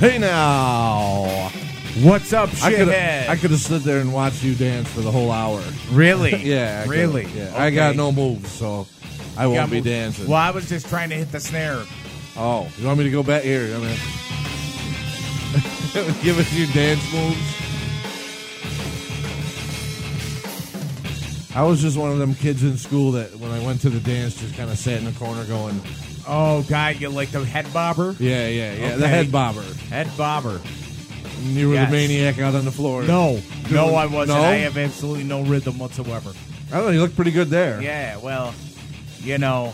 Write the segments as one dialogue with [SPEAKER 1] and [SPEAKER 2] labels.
[SPEAKER 1] Hey now.
[SPEAKER 2] What's up,
[SPEAKER 1] I could have
[SPEAKER 2] shithead?
[SPEAKER 1] I could have stood there and watched you dance for the whole hour.
[SPEAKER 2] really?
[SPEAKER 1] Yeah, I could've.
[SPEAKER 2] really.
[SPEAKER 1] Yeah, I got
[SPEAKER 2] Okay.
[SPEAKER 1] no moves, so I
[SPEAKER 2] You got
[SPEAKER 1] won't be
[SPEAKER 2] moves.
[SPEAKER 1] dancing.
[SPEAKER 2] Well, I was just trying to hit the snare.
[SPEAKER 1] Oh, you want me to go back here? I mean, give us your dance moves. I was just one of them kids in school that when I went to the dance just kind of sat in the corner going,
[SPEAKER 2] Oh God, you like the head bobber?
[SPEAKER 1] yeah, yeah, yeah, the
[SPEAKER 2] Okay.
[SPEAKER 1] head bobber.
[SPEAKER 2] Head bobber.
[SPEAKER 1] And you were
[SPEAKER 2] Yes.
[SPEAKER 1] the maniac out on the floor.
[SPEAKER 2] No, no, I wasn't.
[SPEAKER 1] No?
[SPEAKER 2] I have absolutely no rhythm whatsoever.
[SPEAKER 1] I don't know, you look pretty good there.
[SPEAKER 2] Yeah, well, you know,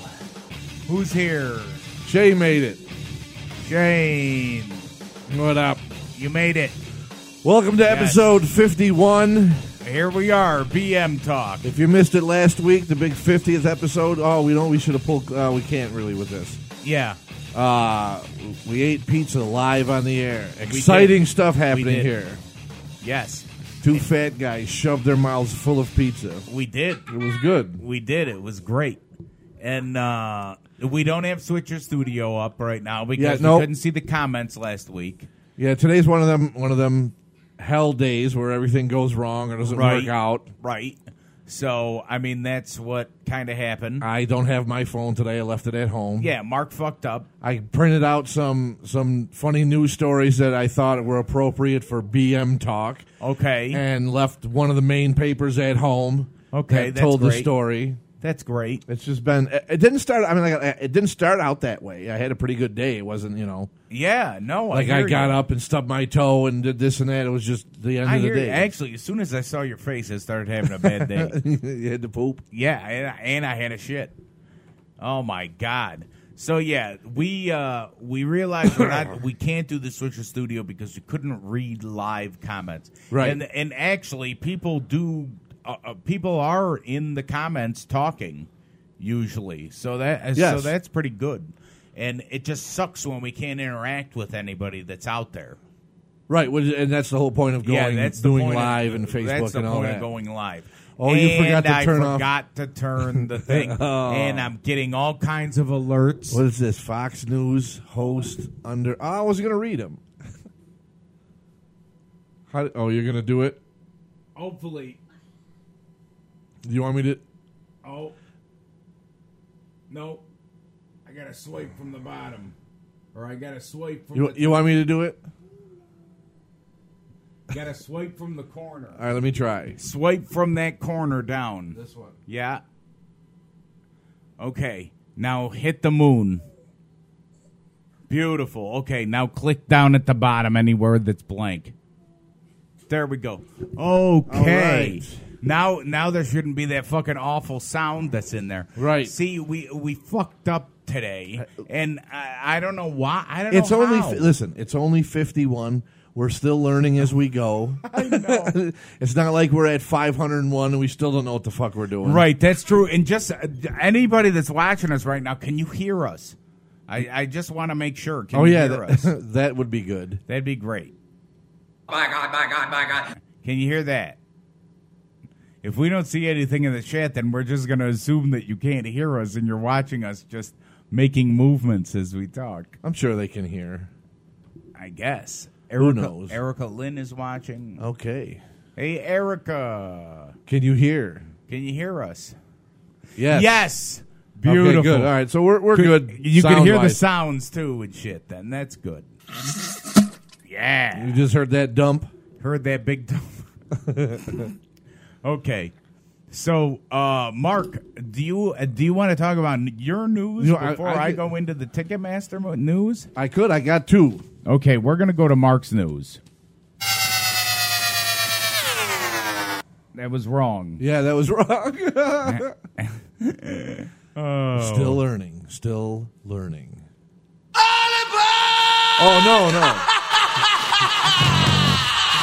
[SPEAKER 2] who's here?
[SPEAKER 1] Shay made it.
[SPEAKER 2] Jane,
[SPEAKER 1] What up?
[SPEAKER 2] you made it.
[SPEAKER 1] Welcome to
[SPEAKER 2] Yes.
[SPEAKER 1] episode 51.
[SPEAKER 2] Here we are, BM talk.
[SPEAKER 1] If you missed it last week, the big 50th episode, oh, we know we should have pulled, uh, we can't really with this.
[SPEAKER 2] Yeah,
[SPEAKER 1] Uh, we ate pizza live on the air.
[SPEAKER 2] did.
[SPEAKER 1] Exciting stuff happening
[SPEAKER 2] did.
[SPEAKER 1] here.
[SPEAKER 2] yes,
[SPEAKER 1] Two fat guys shoved their mouths full of pizza.
[SPEAKER 2] we did.
[SPEAKER 1] It was good.
[SPEAKER 2] We did. It was great. And uh, we don't have Switcher Studio up right now because
[SPEAKER 1] Yeah, nope.
[SPEAKER 2] we couldn't see the comments last week.
[SPEAKER 1] Yeah, today's one of them one of them hell days where everything goes wrong or doesn't
[SPEAKER 2] Right.
[SPEAKER 1] work out.
[SPEAKER 2] Right. So, I mean, that's what kind of happened.
[SPEAKER 1] I don't have my phone today. I left it at home.
[SPEAKER 2] yeah, Mark fucked up.
[SPEAKER 1] I printed out some some funny news stories that I thought were appropriate for BM talk
[SPEAKER 2] Okay.
[SPEAKER 1] and left one of the main papers at home.
[SPEAKER 2] Okay,
[SPEAKER 1] that
[SPEAKER 2] that's
[SPEAKER 1] told the
[SPEAKER 2] great.
[SPEAKER 1] story.
[SPEAKER 2] that's great.
[SPEAKER 1] It's just been. It it didn't start. I mean, like, it didn't start out that way. I had a pretty good day. It wasn't, you know,
[SPEAKER 2] Yeah, no.
[SPEAKER 1] like
[SPEAKER 2] I,
[SPEAKER 1] I
[SPEAKER 2] hear
[SPEAKER 1] got
[SPEAKER 2] you.
[SPEAKER 1] up and stubbed my toe and did this and that. It was just the end
[SPEAKER 2] I
[SPEAKER 1] of the
[SPEAKER 2] hear you.
[SPEAKER 1] day.
[SPEAKER 2] Actually, as soon as I saw your face, I started having a bad day.
[SPEAKER 1] you had to poop.
[SPEAKER 2] Yeah, and I, and I had a shit. Oh my god. So yeah, we uh we realized we're not we can't do the Switcher Studio because we couldn't read live comments.
[SPEAKER 1] Right.
[SPEAKER 2] And and actually, people do uh, uh, people are in the comments talking usually. So that uh, so
[SPEAKER 1] Yes.
[SPEAKER 2] that's pretty good. And it just sucks when we can't interact with anybody that's out there.
[SPEAKER 1] Right, which- and that's the whole point of going,
[SPEAKER 2] yeah, that's the
[SPEAKER 1] doing
[SPEAKER 2] point of-
[SPEAKER 1] live and Facebook
[SPEAKER 2] That's the
[SPEAKER 1] and all
[SPEAKER 2] point
[SPEAKER 1] that.
[SPEAKER 2] of going live.
[SPEAKER 1] Oh, you forgot
[SPEAKER 2] And
[SPEAKER 1] to turn
[SPEAKER 2] I
[SPEAKER 1] off-
[SPEAKER 2] forgot to turn the thing,
[SPEAKER 1] Oh.
[SPEAKER 2] and I'm getting all kinds of alerts.
[SPEAKER 1] What is this? Fox News host under. Oh, I was going to read him. How, oh, you're going to do it?
[SPEAKER 2] Hopefully,
[SPEAKER 1] Do you want me to?
[SPEAKER 2] oh no, I gotta swipe from the bottom, or I gotta swipe from
[SPEAKER 1] You, you want me to do it?
[SPEAKER 2] gotta swipe from the corner.
[SPEAKER 1] All right, let me try.
[SPEAKER 2] Swipe from that corner down.
[SPEAKER 1] This one.
[SPEAKER 2] Yeah. Okay. Now hit the moon. Beautiful. Okay. Now click down at the bottom any word that's blank. There we go. Okay.
[SPEAKER 1] right.
[SPEAKER 2] Now now there shouldn't be that fucking awful sound that's in there.
[SPEAKER 1] Right. Uh,
[SPEAKER 2] See, we we fucked up today and I, I don't know why. I don't
[SPEAKER 1] It's
[SPEAKER 2] know
[SPEAKER 1] only
[SPEAKER 2] how.
[SPEAKER 1] fi- listen. It's only fifty-one. We're still learning as we go. it's not like we're at five hundred and one and we still don't know what the fuck we're doing.
[SPEAKER 2] Right, that's true. And just uh, anybody that's watching us right now, can you hear us? I, I just want to make sure. Can
[SPEAKER 1] Oh
[SPEAKER 2] you
[SPEAKER 1] yeah,
[SPEAKER 2] hear
[SPEAKER 1] that,
[SPEAKER 2] us?
[SPEAKER 1] that would be good.
[SPEAKER 2] That'd be great.
[SPEAKER 3] My God, my God, my God.
[SPEAKER 2] Can you hear that? If we don't see anything in the chat, then we're just going to assume that you can't hear us and you're watching us just making movements as we talk.
[SPEAKER 1] I'm sure they can hear.
[SPEAKER 2] I guess. Erica,
[SPEAKER 1] knows?
[SPEAKER 2] Erica Lynn is watching.
[SPEAKER 1] Okay.
[SPEAKER 2] Hey, Erica,
[SPEAKER 1] Can you hear?
[SPEAKER 2] can you hear us?
[SPEAKER 1] Yes.
[SPEAKER 2] Yes.
[SPEAKER 1] Okay,
[SPEAKER 2] Beautiful.
[SPEAKER 1] good. All right. So we're we're good.
[SPEAKER 2] You can hear the
[SPEAKER 1] sound-wise.
[SPEAKER 2] sounds too and shit. Then that's good.
[SPEAKER 1] You
[SPEAKER 2] Yeah,
[SPEAKER 1] just heard that dump.
[SPEAKER 2] heard that big. T- okay, so uh, Mark, do you uh, do you want to talk about your news
[SPEAKER 1] You know, I-
[SPEAKER 2] before I,
[SPEAKER 1] I get-
[SPEAKER 2] go into the Ticketmaster mo- news?
[SPEAKER 1] I could. I got two.
[SPEAKER 2] Okay, we're gonna go to Mark's news. That was wrong.
[SPEAKER 1] Yeah, that was wrong. Still learning. Still learning. Oh no no.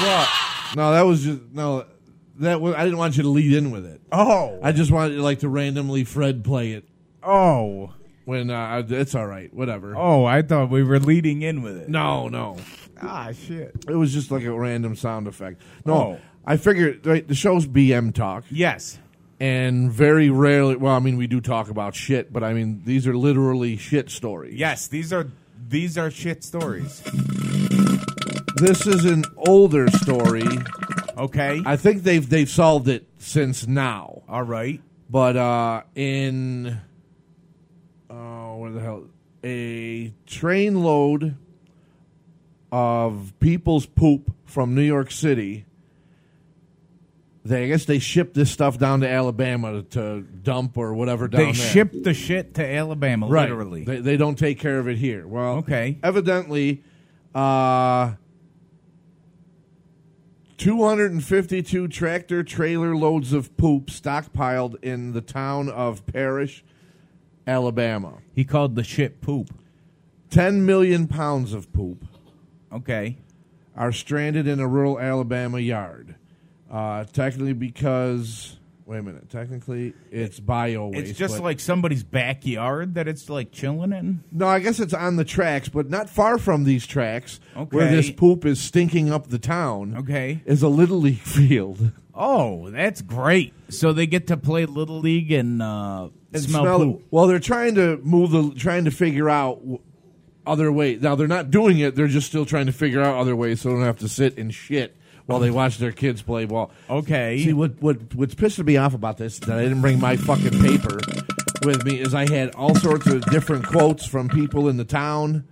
[SPEAKER 1] What? No, that was just no. That was I didn't want you to lead in with it.
[SPEAKER 2] Oh,
[SPEAKER 1] I just wanted like to randomly Fred play it
[SPEAKER 2] oh,
[SPEAKER 1] when uh, I- it's all right. Whatever.
[SPEAKER 2] oh! I thought we were leading in with it.
[SPEAKER 1] No no.
[SPEAKER 2] Ah, shit.
[SPEAKER 1] It was just like a random sound effect. No.
[SPEAKER 2] Oh.
[SPEAKER 1] I figured right, the show's BM talk,
[SPEAKER 2] Yes.
[SPEAKER 1] and very rarely. Well, I mean, we do talk about shit, but I mean, these are literally shit stories.
[SPEAKER 2] Yes, these are these are shit stories.
[SPEAKER 1] this is an older story.
[SPEAKER 2] Okay.
[SPEAKER 1] I think they've they've solved it since now.
[SPEAKER 2] All right.
[SPEAKER 1] But uh, in oh, where the hell? A train load of people's poop from New York City. They, I guess they ship this stuff down to Alabama to, to dump or whatever down
[SPEAKER 2] They
[SPEAKER 1] there.
[SPEAKER 2] shipped the shit to Alabama,
[SPEAKER 1] Oh, right.
[SPEAKER 2] literally.
[SPEAKER 1] They, they don't take care of it here. Well,
[SPEAKER 2] Okay.
[SPEAKER 1] Evidently, uh, 252 tractor trailer loads of poop stockpiled in the town of Parrish, Alabama.
[SPEAKER 2] he called the shit poop.
[SPEAKER 1] 10 million pounds of poop
[SPEAKER 2] Okay.
[SPEAKER 1] are stranded in a rural Alabama yard. Uh, technically, because wait a minute, technically it's bio waste.
[SPEAKER 2] It's just
[SPEAKER 1] but-
[SPEAKER 2] like somebody's backyard that it's like chilling in.
[SPEAKER 1] No, I guess it's on the tracks, but not far from these tracks where
[SPEAKER 2] Okay.
[SPEAKER 1] this poop is stinking up the town.
[SPEAKER 2] Okay.
[SPEAKER 1] Is a little league field.
[SPEAKER 2] Oh, that's great. So they get to play Little League and, uh,
[SPEAKER 1] And
[SPEAKER 2] smell, poop.
[SPEAKER 1] Well, they're trying to move the trying to figure out w- other ways. Now they're not doing it, they're just still trying to figure out other ways so they don't have to sit and shit while they watch their kids play ball.
[SPEAKER 2] Okay.
[SPEAKER 1] See what what what's pissing me off about this is that I didn't bring my fucking paper with me is I had all sorts of different quotes from people in the town.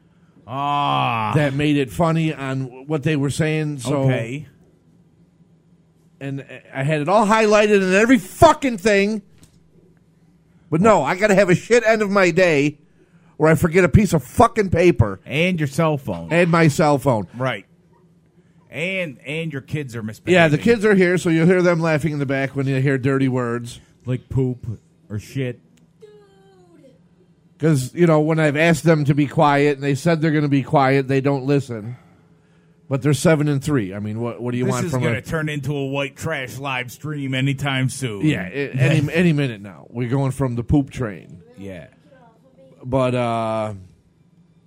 [SPEAKER 2] Ah.
[SPEAKER 1] that made it funny on what they were saying. So,
[SPEAKER 2] okay.
[SPEAKER 1] and I had it all highlighted in every fucking thing. But no, I got to have a shit end of my day where I forget a piece of fucking paper
[SPEAKER 2] And your cell phone.
[SPEAKER 1] and my cell phone.
[SPEAKER 2] right. And and your kids are misbehaving.
[SPEAKER 1] Yeah, the kids are here, so you'll hear them laughing in the back when you hear dirty words.
[SPEAKER 2] like poop or shit.
[SPEAKER 1] Because, you know, when I've asked them to be quiet and they said they're going to be quiet, they don't listen. But they're seven and three. I mean, what, what do you
[SPEAKER 2] This
[SPEAKER 1] want
[SPEAKER 2] is
[SPEAKER 1] from
[SPEAKER 2] going
[SPEAKER 1] a
[SPEAKER 2] to turn into a white trash live stream anytime soon.
[SPEAKER 1] Yeah, a- any, any minute now. We're going from the poop train.
[SPEAKER 2] yeah.
[SPEAKER 1] But uh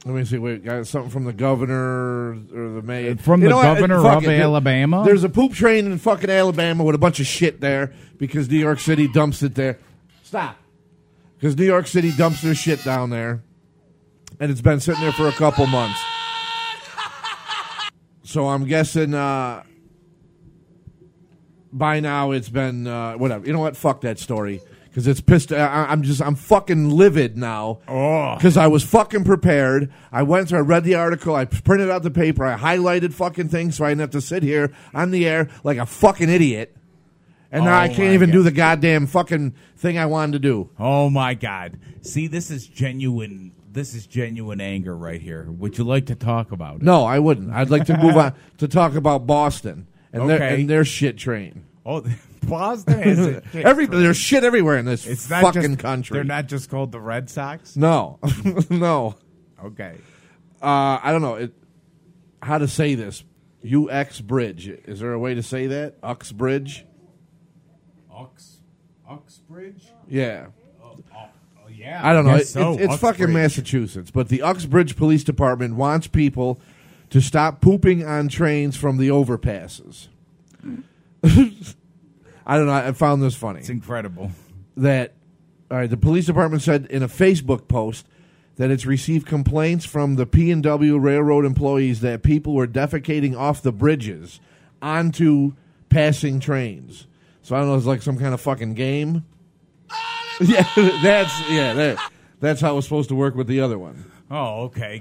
[SPEAKER 1] let me see. Wait, got something from the governor or the mayor?
[SPEAKER 2] Uh, From the
[SPEAKER 1] what? Uh,
[SPEAKER 2] governor
[SPEAKER 1] Fuck
[SPEAKER 2] of
[SPEAKER 1] it. There-
[SPEAKER 2] Alabama?
[SPEAKER 1] There's a poop train in fucking Alabama with a bunch of shit there because New York City dumps it there. Stop. Because New York City dumps their shit down there, and it's been sitting there for a couple months. So I'm guessing uh, by now it's been uh, whatever. You know what? Fuck that story because it's pissed. I- I, I'm just I'm fucking livid now
[SPEAKER 2] Oh.
[SPEAKER 1] because I was fucking prepared. I went through, I read the article, I printed out the paper, I highlighted fucking things so I didn't have to sit here on the air like a fucking idiot. And now
[SPEAKER 2] Oh
[SPEAKER 1] I can't
[SPEAKER 2] my
[SPEAKER 1] even
[SPEAKER 2] God.
[SPEAKER 1] do the goddamn fucking thing I wanted to do.
[SPEAKER 2] Oh my god. See, this is genuine this is genuine anger right here. Would you like to talk about it?
[SPEAKER 1] No, I wouldn't. I'd like to move on to talk about Boston and, their,
[SPEAKER 2] Okay.
[SPEAKER 1] and their shit train.
[SPEAKER 2] Oh, Boston is a shit
[SPEAKER 1] Every,
[SPEAKER 2] train.
[SPEAKER 1] there's shit everywhere in this
[SPEAKER 2] It's not
[SPEAKER 1] fucking
[SPEAKER 2] just-
[SPEAKER 1] country.
[SPEAKER 2] They're not just called the Red Sox.
[SPEAKER 1] no, no.
[SPEAKER 2] Okay.
[SPEAKER 1] Uh, I don't know it, how to say this. UX Bridge. Is there a way to say that? Ux Bridge?
[SPEAKER 2] Ox Oxbridge?
[SPEAKER 1] Yeah.
[SPEAKER 2] Oh, yeah.
[SPEAKER 1] I don't know.
[SPEAKER 2] guess
[SPEAKER 1] It-
[SPEAKER 2] so.
[SPEAKER 1] it- it's fucking
[SPEAKER 2] Oxbridge.
[SPEAKER 1] Massachusetts, but the Uxbridge Police Department wants people to stop pooping on trains from the overpasses. I don't know. I found this funny
[SPEAKER 2] It's incredible.
[SPEAKER 1] that all right, the police department said in a Facebook post that it's received complaints from the P and W railroad employees that people were defecating off the bridges onto passing trains. So I don't know, it's like some kind of fucking game. Yeah, that's yeah, that, that's how it's supposed to work with the other one.
[SPEAKER 2] Oh, okay.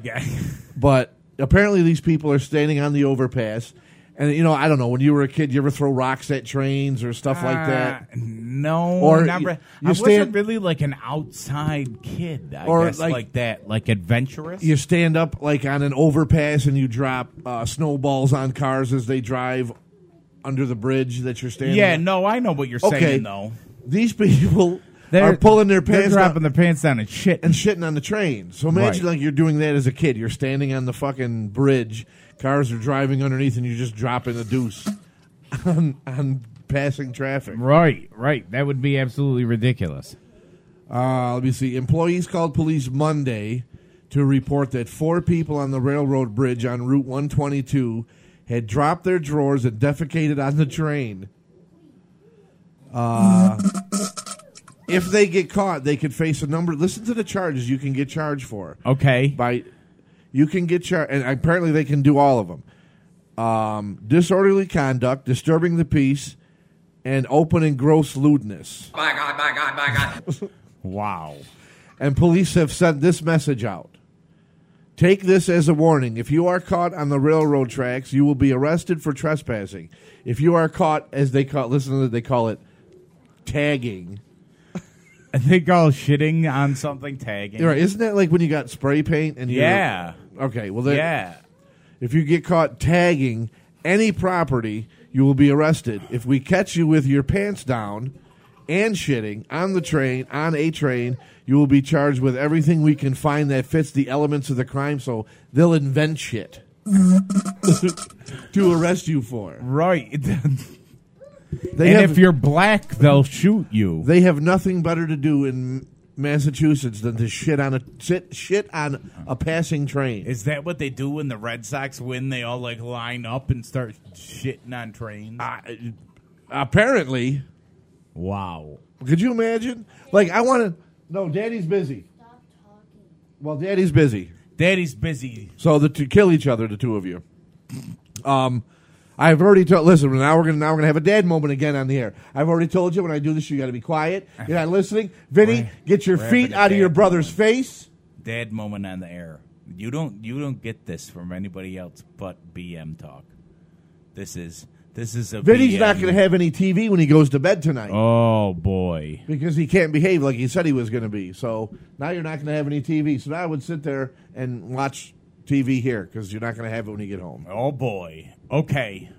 [SPEAKER 1] But apparently, these people are standing on the overpass. And you know, I don't know. When you were a kid, you ever throw rocks at trains or stuff like that?
[SPEAKER 2] Uh, no,
[SPEAKER 1] Or
[SPEAKER 2] not
[SPEAKER 1] you-
[SPEAKER 2] re-
[SPEAKER 1] you
[SPEAKER 2] I
[SPEAKER 1] stand-
[SPEAKER 2] wasn't really like an outside kid. I
[SPEAKER 1] Or
[SPEAKER 2] guess
[SPEAKER 1] like-
[SPEAKER 2] like, that, like adventurous.
[SPEAKER 1] you stand up like on an overpass and you drop uh, snowballs on cars as they drive under the bridge that you're standing.
[SPEAKER 2] yeah,
[SPEAKER 1] on.
[SPEAKER 2] no, I know what you're
[SPEAKER 1] Okay.
[SPEAKER 2] saying though.
[SPEAKER 1] These people are pulling their pants
[SPEAKER 2] they're
[SPEAKER 1] up
[SPEAKER 2] dropping their pants down and shit.
[SPEAKER 1] and shitting on the train. So imagine
[SPEAKER 2] Right.
[SPEAKER 1] like you're doing that as a kid. You're standing on the fucking bridge. Cars are driving underneath, and you're just dropping a deuce on, on passing traffic.
[SPEAKER 2] right, right. That would be absolutely ridiculous.
[SPEAKER 1] Uh, let me see. Employees called police Monday to report that four people on the railroad bridge on Route 122 had dropped their drawers and defecated on the train. Uh, if they get caught, they could face a number. Listen to the charges you can get charged for
[SPEAKER 2] Okay.
[SPEAKER 1] by you can get char and apparently they can do all of them um, disorderly conduct, disturbing the peace, and open and gross lewdness.
[SPEAKER 3] By God, by God, by God.
[SPEAKER 2] Wow.
[SPEAKER 1] and police have sent this message out. Take this as a warning. If you are caught on the railroad tracks, you will be arrested for trespassing. If you are caught, as they call, listen to they call it tagging.
[SPEAKER 2] I think all shitting on something tagging.
[SPEAKER 1] You're right, isn't that like when you got spray paint and you
[SPEAKER 2] Yeah.
[SPEAKER 1] Okay, well then,
[SPEAKER 2] Yeah.
[SPEAKER 1] if you get caught tagging any property, you will be arrested. If we catch you with your pants down and shitting on the train, on a train, you will be charged with everything we can find that fits the elements of the crime, so they'll invent shit to arrest you for.
[SPEAKER 2] Right. and
[SPEAKER 1] They
[SPEAKER 2] if
[SPEAKER 1] have,
[SPEAKER 2] you're black, they'll shoot you.
[SPEAKER 1] they have nothing better to do in Massachusetts than to shit on a sit, shit on a passing train.
[SPEAKER 2] Is that what they do when the Red Sox win? They all like line up and start shitting on trains.
[SPEAKER 1] I- apparently,
[SPEAKER 2] wow.
[SPEAKER 1] Could you imagine? Like, I want to. No, Daddy's busy.
[SPEAKER 4] Stop talking.
[SPEAKER 1] Well, Daddy's busy.
[SPEAKER 2] Daddy's busy.
[SPEAKER 1] So the two kill each other, the two of you. Um, I've already told. Listen, now we're gonna now we're gonna have a dad moment again on the air. I've already told you when I do this, you got to be quiet. You're not listening, Vinny.
[SPEAKER 2] We're-
[SPEAKER 1] Get your
[SPEAKER 2] we're
[SPEAKER 1] feet
[SPEAKER 2] having a
[SPEAKER 1] out of your
[SPEAKER 2] dad
[SPEAKER 1] brother's face.
[SPEAKER 2] Dad moment on the air. You don't you don't get this from anybody else but BM talk. This is this is a
[SPEAKER 1] Vinny's
[SPEAKER 2] BM.
[SPEAKER 1] not gonna have any TV when he goes to bed tonight
[SPEAKER 2] Oh boy.
[SPEAKER 1] because he can't behave like he said he was gonna be. So now you're not gonna have any TV. So now I would sit there and watch TV here because you're not gonna have it when you get home.
[SPEAKER 2] Oh boy. Okay.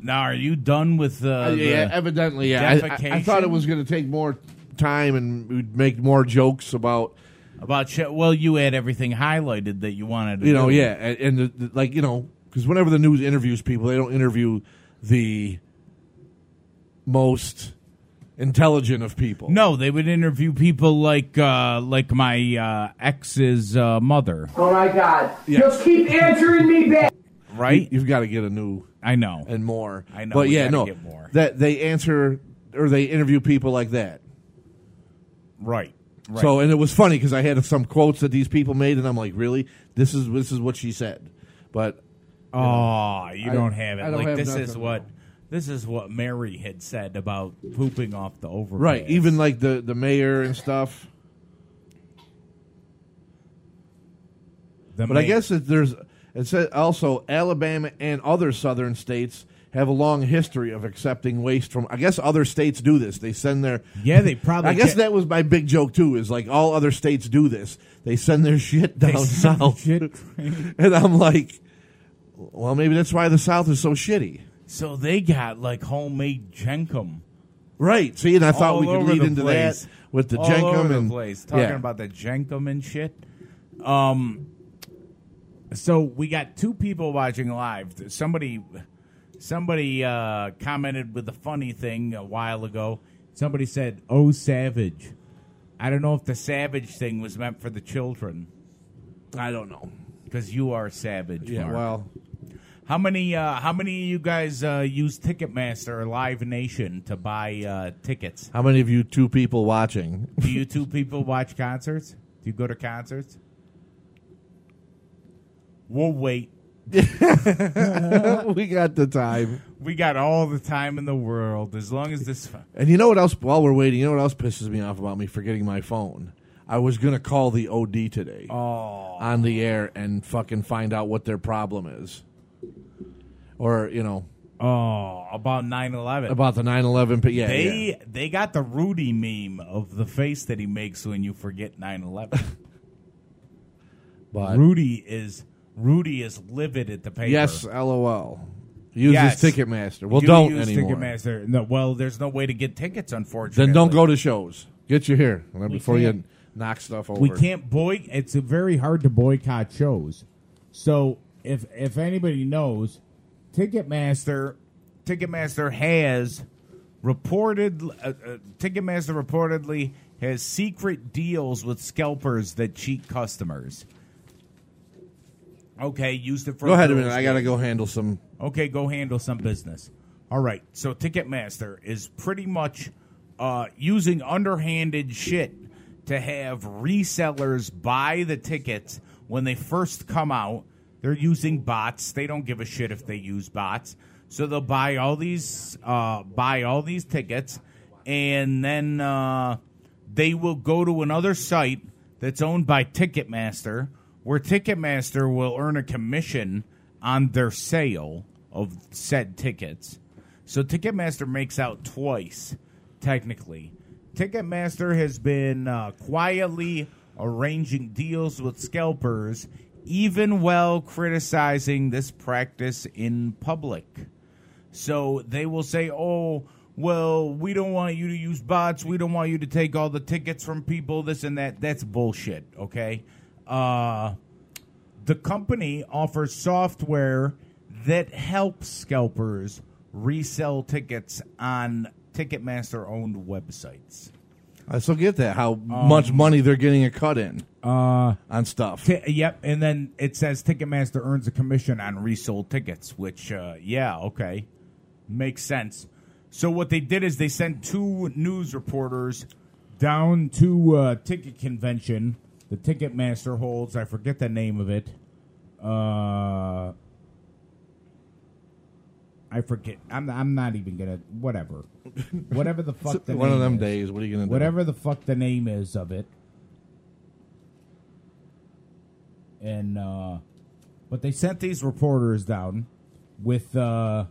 [SPEAKER 2] Now are you done with uh,
[SPEAKER 1] Uh,
[SPEAKER 2] the
[SPEAKER 1] yeah, evidently, yeah. I- I, I thought it
[SPEAKER 2] defecation?
[SPEAKER 1] was going to take more time and we'd make more jokes about,
[SPEAKER 2] about shit? Well, you had everything highlighted that you wanted to
[SPEAKER 1] you know,
[SPEAKER 2] do.
[SPEAKER 1] yeah, and, and the, the- like you know, because whenever the news interviews people, they don't interview the most intelligent of people.
[SPEAKER 2] No, they would interview people like uh, like my uh, ex's uh, mother,
[SPEAKER 5] Oh my God.
[SPEAKER 1] Yeah.
[SPEAKER 5] Just keep answering me back.
[SPEAKER 2] right?
[SPEAKER 1] you've got to get a new
[SPEAKER 2] I know.
[SPEAKER 1] and more.
[SPEAKER 2] I know,
[SPEAKER 1] but
[SPEAKER 2] we
[SPEAKER 1] yeah,
[SPEAKER 2] gotta
[SPEAKER 1] no,
[SPEAKER 2] get more.
[SPEAKER 1] that they answer or they interview people like that.
[SPEAKER 2] right. Right.
[SPEAKER 1] So and it was funny because I had some quotes that these people made, and I'm like, really, this is this is what she said, but.
[SPEAKER 2] oh, you
[SPEAKER 1] I-
[SPEAKER 2] don't have it.
[SPEAKER 1] I don't
[SPEAKER 2] like
[SPEAKER 1] have
[SPEAKER 2] this
[SPEAKER 1] nothing,
[SPEAKER 2] is
[SPEAKER 1] no.
[SPEAKER 2] what this is what Mary had said about pooping off the overpass.
[SPEAKER 1] Right, even like the the mayor and stuff.
[SPEAKER 2] The
[SPEAKER 1] But I
[SPEAKER 2] main-
[SPEAKER 1] guess that there's it says also Alabama and other southern states have a long history of accepting waste from. I guess other states do this. They send their
[SPEAKER 2] Yeah, they probably
[SPEAKER 1] I guess
[SPEAKER 2] get-
[SPEAKER 1] that was my big joke too. Is like all other states do this. They send their shit down
[SPEAKER 2] send
[SPEAKER 1] south,
[SPEAKER 2] shit.
[SPEAKER 1] and I'm like, well, maybe that's why the South is so shitty.
[SPEAKER 2] so they got like homemade jenkum.
[SPEAKER 1] Right. See, and I thought
[SPEAKER 2] all
[SPEAKER 1] we could
[SPEAKER 2] over
[SPEAKER 1] lead
[SPEAKER 2] the
[SPEAKER 1] into
[SPEAKER 2] place.
[SPEAKER 1] that with the
[SPEAKER 2] all
[SPEAKER 1] Jenkum
[SPEAKER 2] over
[SPEAKER 1] and
[SPEAKER 2] the place talking
[SPEAKER 1] yeah.
[SPEAKER 2] about the Jenkum and shit. Um, so we got two people watching live. Somebody, somebody uh, commented with a funny thing a while ago. Somebody said, "Oh, savage." I don't know if the savage thing was meant for the children
[SPEAKER 1] I don't know.
[SPEAKER 2] because you are savage.
[SPEAKER 1] Yeah.
[SPEAKER 2] Mark.
[SPEAKER 1] Well.
[SPEAKER 2] How many? Uh, how many of you guys uh, use Ticketmaster or Live Nation to buy uh, tickets?
[SPEAKER 1] How many of you two people watching?
[SPEAKER 2] Do you two people watch concerts? Do you go to concerts? We'll wait.
[SPEAKER 1] we got the time.
[SPEAKER 2] We got all the time in the world as long as this.
[SPEAKER 1] And you know what else? While we're waiting, you know what else pisses me off about me forgetting my phone? I was gonna call the OD today
[SPEAKER 2] Oh.
[SPEAKER 1] on the air and fucking find out what their problem is, or you know
[SPEAKER 2] Oh, about 9-11.
[SPEAKER 1] about the 9/11. But yeah,
[SPEAKER 2] they
[SPEAKER 1] yeah.
[SPEAKER 2] they got the Rudy meme of the face that he makes when you forget 9-11.
[SPEAKER 1] but
[SPEAKER 2] Rudy is Rudy is livid at the paper.
[SPEAKER 1] yes, lol. Use
[SPEAKER 2] Yes.
[SPEAKER 1] this Ticketmaster. Well,
[SPEAKER 2] You
[SPEAKER 1] don't
[SPEAKER 2] use
[SPEAKER 1] anymore.
[SPEAKER 2] Ticketmaster. No, well, there's no way to get tickets, unfortunately.
[SPEAKER 1] Then don't go to shows. Get you here and then
[SPEAKER 2] We
[SPEAKER 1] before you
[SPEAKER 2] can't.
[SPEAKER 1] knock stuff over.
[SPEAKER 2] we can't boy it's very hard to boycott shows so if if anybody knows ticketmaster ticketmaster has reported uh, uh, ticketmaster reportedly has secret deals with scalpers that cheat customers okay used it for
[SPEAKER 1] Go ahead a
[SPEAKER 2] Bills
[SPEAKER 1] minute. I gotta go handle some.
[SPEAKER 2] okay, go handle some business. All right, so Ticketmaster is pretty much uh, using underhanded shit to have resellers buy the tickets when they first come out They're using bots. They don't give a shit if they use bots. So they'll buy all these uh, buy all these tickets, and then uh, they will go to another site that's owned by Ticketmaster, where Ticketmaster will earn a commission on their sale of said tickets. So Ticketmaster makes out twice, technically. Ticketmaster has been uh, quietly arranging deals with scalpers, even while criticizing this practice in public. So they will say, oh, well, we don't want you to use bots. We don't want you to take all the tickets from people, this and that. That's bullshit, okay? Uh, the company offers software that helps scalpers resell tickets on Ticketmaster owned websites.
[SPEAKER 1] I still get that
[SPEAKER 2] Um,
[SPEAKER 1] how much money they're getting a cut in uh, on stuff.
[SPEAKER 2] Ti- yep, and then it says Ticketmaster earns a commission on resold tickets, which uh, yeah, okay, makes sense. So what they did is they sent two news reporters down to uh, ticket convention. The Ticketmaster holds, I forget the name of it. Uh, I forget. I'm I'm not even gonna whatever, whatever the fuck. the
[SPEAKER 1] One of
[SPEAKER 2] name
[SPEAKER 1] them
[SPEAKER 2] is
[SPEAKER 1] days. What are you gonna
[SPEAKER 2] whatever the fuck the name is of it. And uh but they sent these reporters down with uh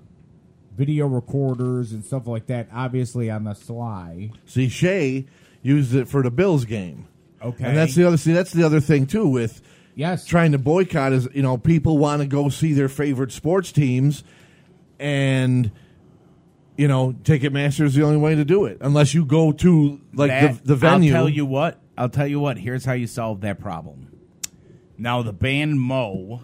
[SPEAKER 2] video recorders and stuff like that, obviously on the sly.
[SPEAKER 1] do? See, Shea used it for the Bills game.
[SPEAKER 2] Okay.
[SPEAKER 1] And that's the other. See, that's the other thing too with
[SPEAKER 2] Yes.
[SPEAKER 1] trying to boycott is you know people want to go see their favorite sports teams, and you know Ticketmaster is the only way to do it unless you go to like
[SPEAKER 2] That-
[SPEAKER 1] the, the venue.
[SPEAKER 2] I'll tell you what. I'll tell you what. Here's how you solve that problem. Now the band Mo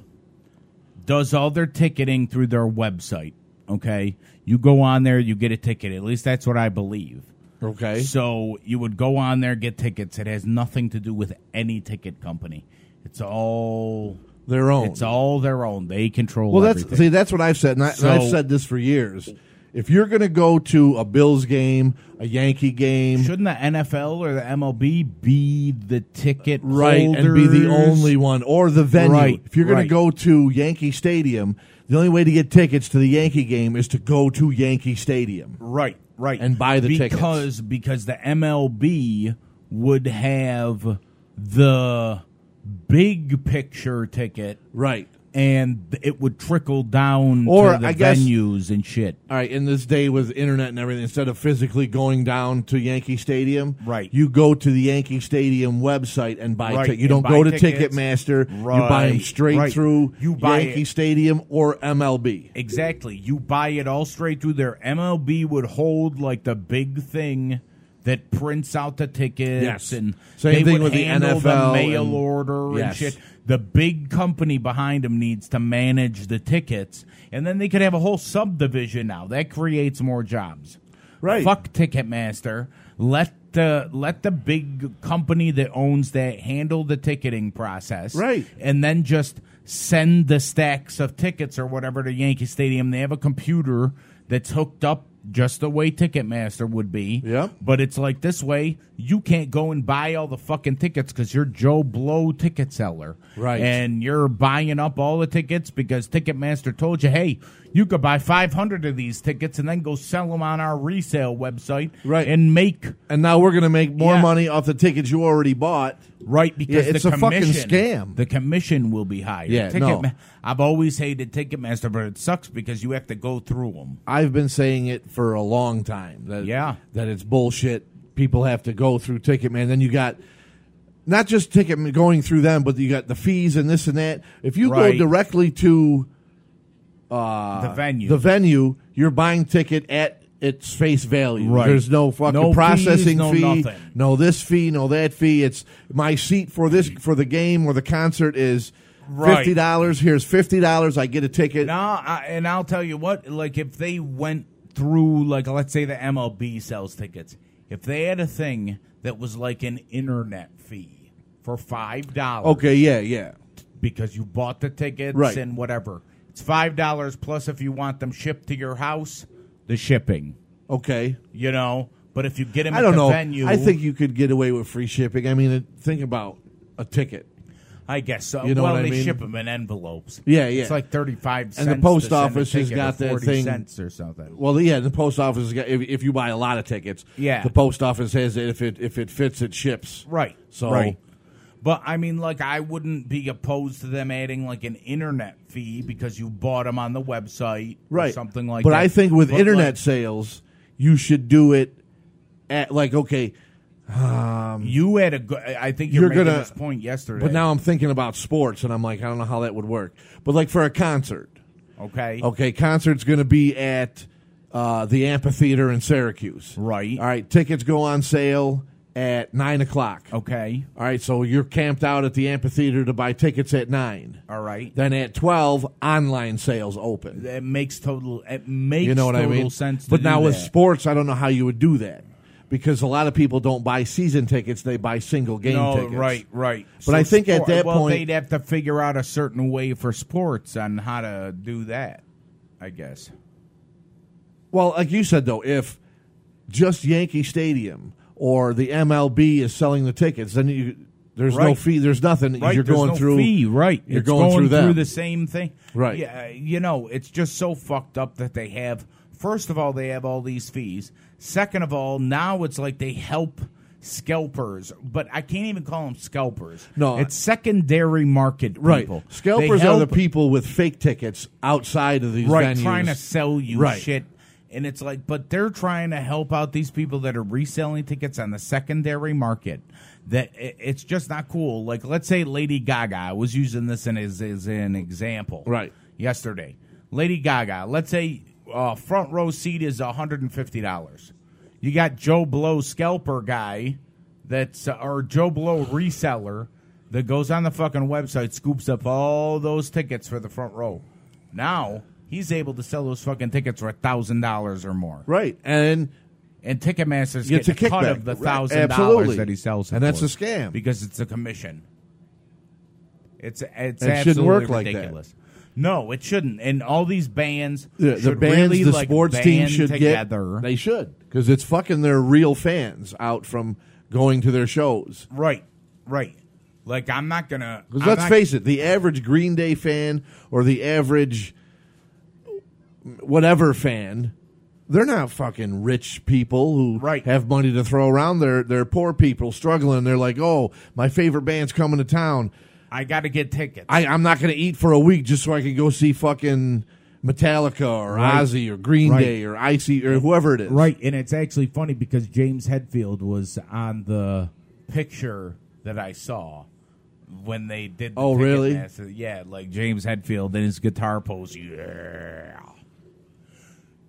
[SPEAKER 2] does all their ticketing through their website. Okay, you go on there, you get a ticket. At least that's what I believe.
[SPEAKER 1] okay.
[SPEAKER 2] So you would go on there, get tickets. It has nothing to do with any ticket company. It's all
[SPEAKER 1] Their own.
[SPEAKER 2] It's all their own. They control.
[SPEAKER 1] Oh, Well, that's
[SPEAKER 2] everything.
[SPEAKER 1] see, that's what I've said, and, I, and I've
[SPEAKER 2] So-
[SPEAKER 1] said this for years. If you're going to go to a Bills game, a Yankee game,
[SPEAKER 2] Shouldn't the NFL or the MLB be the ticket
[SPEAKER 1] Uh, right, and be the
[SPEAKER 2] holders?
[SPEAKER 1] only one or the venue.
[SPEAKER 2] Right,
[SPEAKER 1] if you're going
[SPEAKER 2] right.
[SPEAKER 1] to go to Yankee Stadium, the only way to get tickets to the Yankee game is to go to Yankee Stadium.
[SPEAKER 2] Right, right.
[SPEAKER 1] And buy the tickets.
[SPEAKER 2] because, Because the MLB would have the big picture ticket
[SPEAKER 1] Right.
[SPEAKER 2] and it would trickle down
[SPEAKER 1] Or,
[SPEAKER 2] to the
[SPEAKER 1] I guess-
[SPEAKER 2] venues and shit.
[SPEAKER 1] All right, in this day with internet and everything, instead of physically going down to Yankee Stadium,
[SPEAKER 2] Right.
[SPEAKER 1] you go to the Yankee Stadium website and buy
[SPEAKER 2] Right,
[SPEAKER 1] tickets. You
[SPEAKER 2] and
[SPEAKER 1] don't
[SPEAKER 2] buy
[SPEAKER 1] go to
[SPEAKER 2] tickets.
[SPEAKER 1] Ticketmaster. You buy them
[SPEAKER 2] Right,
[SPEAKER 1] straight
[SPEAKER 2] right.
[SPEAKER 1] through
[SPEAKER 2] You buy
[SPEAKER 1] Yankee
[SPEAKER 2] it.
[SPEAKER 1] Stadium or MLB.
[SPEAKER 2] Exactly. You buy it all straight through there. MLB would hold like the big thing that prints out the tickets
[SPEAKER 1] Yes.
[SPEAKER 2] and
[SPEAKER 1] Same
[SPEAKER 2] they
[SPEAKER 1] thing
[SPEAKER 2] would
[SPEAKER 1] with the
[SPEAKER 2] handle
[SPEAKER 1] NFL
[SPEAKER 2] mail
[SPEAKER 1] and-
[SPEAKER 2] order
[SPEAKER 1] Yes.
[SPEAKER 2] and shit. The big company behind them needs to manage the tickets, and then they could have a whole subdivision now that creates more jobs.
[SPEAKER 1] Right.
[SPEAKER 2] Fuck Ticketmaster. Let the let the big company that owns that handle the ticketing process
[SPEAKER 1] Right.
[SPEAKER 2] and then just send the stacks of tickets or whatever to Yankee Stadium. They have a computer that's hooked up just the way Ticketmaster would be.
[SPEAKER 1] Yep.
[SPEAKER 2] But it's like this way, you can't go and buy all the fucking tickets because you're Joe Blow ticket seller.
[SPEAKER 1] Right.
[SPEAKER 2] And you're buying up all the tickets because Ticketmaster told you, hey, you could buy 500 of these tickets and then go sell them on our resale website
[SPEAKER 1] Right.
[SPEAKER 2] and make
[SPEAKER 1] And now we're going to make more
[SPEAKER 2] Yeah.
[SPEAKER 1] money off the tickets you already bought.
[SPEAKER 2] Right, because
[SPEAKER 1] Yeah, it's
[SPEAKER 2] the
[SPEAKER 1] a fucking
[SPEAKER 2] commission,
[SPEAKER 1] scam.
[SPEAKER 2] The commission will be higher.
[SPEAKER 1] Yeah, no.
[SPEAKER 2] I've always hated Ticketmaster, but it sucks because you have to go through them.
[SPEAKER 1] I've been saying it for a long time that
[SPEAKER 2] Yeah.
[SPEAKER 1] that it's bullshit. People have to go through Ticket Man. Then you got not just Ticket going through them, but you got the fees and this and that. If you
[SPEAKER 2] Right.
[SPEAKER 1] go directly to
[SPEAKER 2] the venue,
[SPEAKER 1] Uh, the venue, you're buying ticket at its face value.
[SPEAKER 2] Right.
[SPEAKER 1] There's no fucking
[SPEAKER 2] No fees,
[SPEAKER 1] processing
[SPEAKER 2] no
[SPEAKER 1] fee,
[SPEAKER 2] nothing.
[SPEAKER 1] no this fee, no that fee. It's my seat for this for the game or the concert is
[SPEAKER 2] Right.
[SPEAKER 1] fifty dollars. Here's fifty dollars. I get a ticket.
[SPEAKER 2] No, I, and I'll tell you what. Like if they went through, like let's say the MLB sells tickets, if they had a thing that was like an internet fee for five dollars,
[SPEAKER 1] Okay, yeah, yeah.
[SPEAKER 2] because you bought the tickets
[SPEAKER 1] Right.
[SPEAKER 2] and whatever. It's five dollars plus if you want them shipped to your house, the shipping.
[SPEAKER 1] Okay.
[SPEAKER 2] You know, but if you get them,
[SPEAKER 1] I
[SPEAKER 2] at
[SPEAKER 1] don't
[SPEAKER 2] the
[SPEAKER 1] know.
[SPEAKER 2] Venue,
[SPEAKER 1] I think you could get away with free shipping. I mean, it- think about a ticket.
[SPEAKER 2] I guess so.
[SPEAKER 1] You know
[SPEAKER 2] well,
[SPEAKER 1] what I
[SPEAKER 2] they
[SPEAKER 1] mean?
[SPEAKER 2] ship them in envelopes.
[SPEAKER 1] Yeah, yeah.
[SPEAKER 2] It's like thirty-five.
[SPEAKER 1] the
[SPEAKER 2] cents to
[SPEAKER 1] post
[SPEAKER 2] send a
[SPEAKER 1] office has
[SPEAKER 2] ticket, or
[SPEAKER 1] got that
[SPEAKER 2] 40
[SPEAKER 1] thing-
[SPEAKER 2] cents or something.
[SPEAKER 1] Well, yeah, the post office. has got- If, if you buy a lot of tickets,
[SPEAKER 2] Yeah.
[SPEAKER 1] the post office has it. If it if it fits, it ships.
[SPEAKER 2] Right.
[SPEAKER 1] So-
[SPEAKER 2] right. But I mean, like, I wouldn't be opposed to them adding like an internet fee because you bought them on the website, Or
[SPEAKER 1] right
[SPEAKER 2] something like
[SPEAKER 1] but
[SPEAKER 2] that.
[SPEAKER 1] i think with
[SPEAKER 2] But,
[SPEAKER 1] internet sales you should do it at like okay
[SPEAKER 2] like, you had a good. I think you're,
[SPEAKER 1] You're
[SPEAKER 2] making
[SPEAKER 1] gonna-
[SPEAKER 2] this point yesterday.
[SPEAKER 1] but now i'm thinking about sports and i'm like i don't know how that would work but like for a concert
[SPEAKER 2] okay,
[SPEAKER 1] okay concert's going to be at uh, the amphitheater in syracuse
[SPEAKER 2] Right.
[SPEAKER 1] all right tickets go on sale at nine o'clock
[SPEAKER 2] okay,
[SPEAKER 1] all right so you're camped out at the amphitheater to buy tickets at nine
[SPEAKER 2] all right.
[SPEAKER 1] then at 12 online sales open
[SPEAKER 2] That makes total. It makes
[SPEAKER 1] You know what I
[SPEAKER 2] total
[SPEAKER 1] mean?
[SPEAKER 2] sense. to
[SPEAKER 1] but now
[SPEAKER 2] do
[SPEAKER 1] with
[SPEAKER 2] that.
[SPEAKER 1] sports, I don't know how you would do that because a lot of people don't buy season tickets; they buy single game
[SPEAKER 2] no,
[SPEAKER 1] tickets.
[SPEAKER 2] right, right.
[SPEAKER 1] But I think at that
[SPEAKER 2] well,
[SPEAKER 1] point-
[SPEAKER 2] they'd have to figure out a certain way for sports on how to do that. I guess.
[SPEAKER 1] Well, like you said though, if just Yankee Stadium or the MLB is selling the tickets, then you there's no
[SPEAKER 2] Right.
[SPEAKER 1] fee, there's nothing.
[SPEAKER 2] Right,
[SPEAKER 1] you're
[SPEAKER 2] there's
[SPEAKER 1] going
[SPEAKER 2] no
[SPEAKER 1] through
[SPEAKER 2] fee, right?
[SPEAKER 1] You're
[SPEAKER 2] It's
[SPEAKER 1] going, through them.
[SPEAKER 2] the same thing,
[SPEAKER 1] Right.
[SPEAKER 2] Yeah, you know, it's just so fucked up that they have. First of all, they have all these fees. Second of all, now it's like they help scalpers, but I can't even call them scalpers.
[SPEAKER 1] No.
[SPEAKER 2] it's secondary market
[SPEAKER 1] right.
[SPEAKER 2] people. They
[SPEAKER 1] Scalpers are the
[SPEAKER 2] help-
[SPEAKER 1] people with fake tickets outside of these
[SPEAKER 2] right
[SPEAKER 1] venues.
[SPEAKER 2] trying to sell you
[SPEAKER 1] Right.
[SPEAKER 2] shit and it's like but they're trying to help out these people that are reselling tickets on the secondary market that i- it's just not cool like let's say lady gaga i was using this in, as, as an example
[SPEAKER 1] Right.
[SPEAKER 2] yesterday lady gaga let's say uh, front row seat is $150 you got joe blow scalper guy that's uh, or joe blow reseller that goes on the fucking website scoops up all those tickets for the front row now he's able to sell those fucking tickets for a thousand dollars or more.
[SPEAKER 1] right, and
[SPEAKER 2] And Ticketmaster's
[SPEAKER 1] Gets
[SPEAKER 2] gets
[SPEAKER 1] a
[SPEAKER 2] a cut
[SPEAKER 1] kickback.
[SPEAKER 2] of the
[SPEAKER 1] Right.
[SPEAKER 2] thousand
[SPEAKER 1] Absolutely.
[SPEAKER 2] dollars that he sells, it
[SPEAKER 1] And that's
[SPEAKER 2] for
[SPEAKER 1] a scam.
[SPEAKER 2] because it's a commission. It's it's
[SPEAKER 1] It
[SPEAKER 2] absolutely
[SPEAKER 1] shouldn't work like that.
[SPEAKER 2] ridiculous. No, it shouldn't. And all these bands,
[SPEAKER 1] the, the
[SPEAKER 2] should
[SPEAKER 1] bands,
[SPEAKER 2] really,
[SPEAKER 1] the
[SPEAKER 2] like,
[SPEAKER 1] sports
[SPEAKER 2] band
[SPEAKER 1] teams should
[SPEAKER 2] together.
[SPEAKER 1] get. They should because it's fucking their real fans out from going to their shows.
[SPEAKER 2] right, right. Like I'm not gonna.
[SPEAKER 1] Because
[SPEAKER 2] I'm
[SPEAKER 1] let's
[SPEAKER 2] not-
[SPEAKER 1] face it, the average Green Day fan or the average whatever fan, they're not fucking rich people who
[SPEAKER 2] Right.
[SPEAKER 1] have money to throw around. They're they're poor people struggling. They're like, oh, my favorite band's coming to town.
[SPEAKER 2] I got to get tickets.
[SPEAKER 1] I, I'm not going to eat for a week just so I can go see fucking Metallica or Ozzy or Green
[SPEAKER 2] Right.
[SPEAKER 1] Day or Icy or whoever it is.
[SPEAKER 2] Right, and it's actually funny because James Hetfield was on the picture that I saw when they did. The
[SPEAKER 1] Oh, really?
[SPEAKER 2] Ticketmaster. Yeah, like James Hetfield in his guitar pose. Yeah,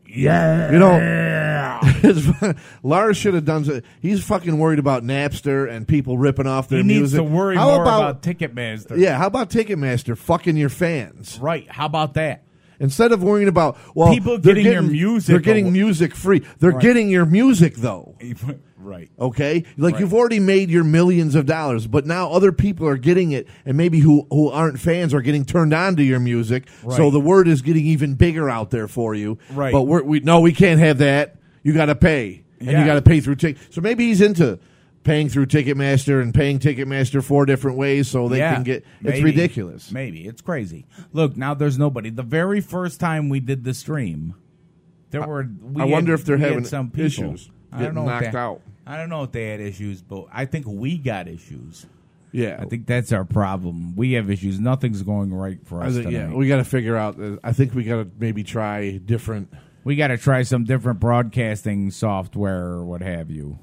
[SPEAKER 2] yeah.
[SPEAKER 1] You know, Lars should have done. so- He's fucking worried about Napster and people ripping off their
[SPEAKER 2] he needs
[SPEAKER 1] music.
[SPEAKER 2] to worry
[SPEAKER 1] How
[SPEAKER 2] more
[SPEAKER 1] about,
[SPEAKER 2] about, Ticketmaster.
[SPEAKER 1] yeah? How about Ticketmaster fucking your fans
[SPEAKER 2] right. How about that?
[SPEAKER 1] instead of worrying about well
[SPEAKER 2] People
[SPEAKER 1] they're
[SPEAKER 2] getting your music
[SPEAKER 1] They're getting
[SPEAKER 2] away.
[SPEAKER 1] music free. They're
[SPEAKER 2] Right.
[SPEAKER 1] getting your music though.
[SPEAKER 2] right.
[SPEAKER 1] Okay, like
[SPEAKER 2] Right.
[SPEAKER 1] you've already made your millions of dollars, but now other people are getting it, and maybe who who aren't fans are getting turned on to your music. So
[SPEAKER 2] Right.
[SPEAKER 1] the word is getting even bigger out there for you.
[SPEAKER 2] Right.
[SPEAKER 1] But we're, we no, we can't have that. You got to pay, and you
[SPEAKER 2] Yeah.
[SPEAKER 1] got to pay through ticket. So maybe he's into paying through Ticketmaster and paying Ticketmaster four different ways so they
[SPEAKER 2] yeah,
[SPEAKER 1] can get.
[SPEAKER 2] maybe.
[SPEAKER 1] It's ridiculous.
[SPEAKER 2] Maybe it's crazy. Look, now there's nobody. The very first time we did the stream, there were. We
[SPEAKER 1] I wonder
[SPEAKER 2] had-
[SPEAKER 1] if they're
[SPEAKER 2] we had
[SPEAKER 1] having
[SPEAKER 2] some people.
[SPEAKER 1] issues
[SPEAKER 2] I don't
[SPEAKER 1] getting
[SPEAKER 2] know if
[SPEAKER 1] knocked
[SPEAKER 2] they-
[SPEAKER 1] out.
[SPEAKER 2] I don't know if they had issues, but I think we got issues.
[SPEAKER 1] Yeah,
[SPEAKER 2] I think that's our problem. We have issues. Nothing's going right for
[SPEAKER 1] I
[SPEAKER 2] us.
[SPEAKER 1] think- yeah,
[SPEAKER 2] tonight.
[SPEAKER 1] we got to figure out. uh, I think we got to maybe try different
[SPEAKER 2] we got to try some different broadcasting software or what have you.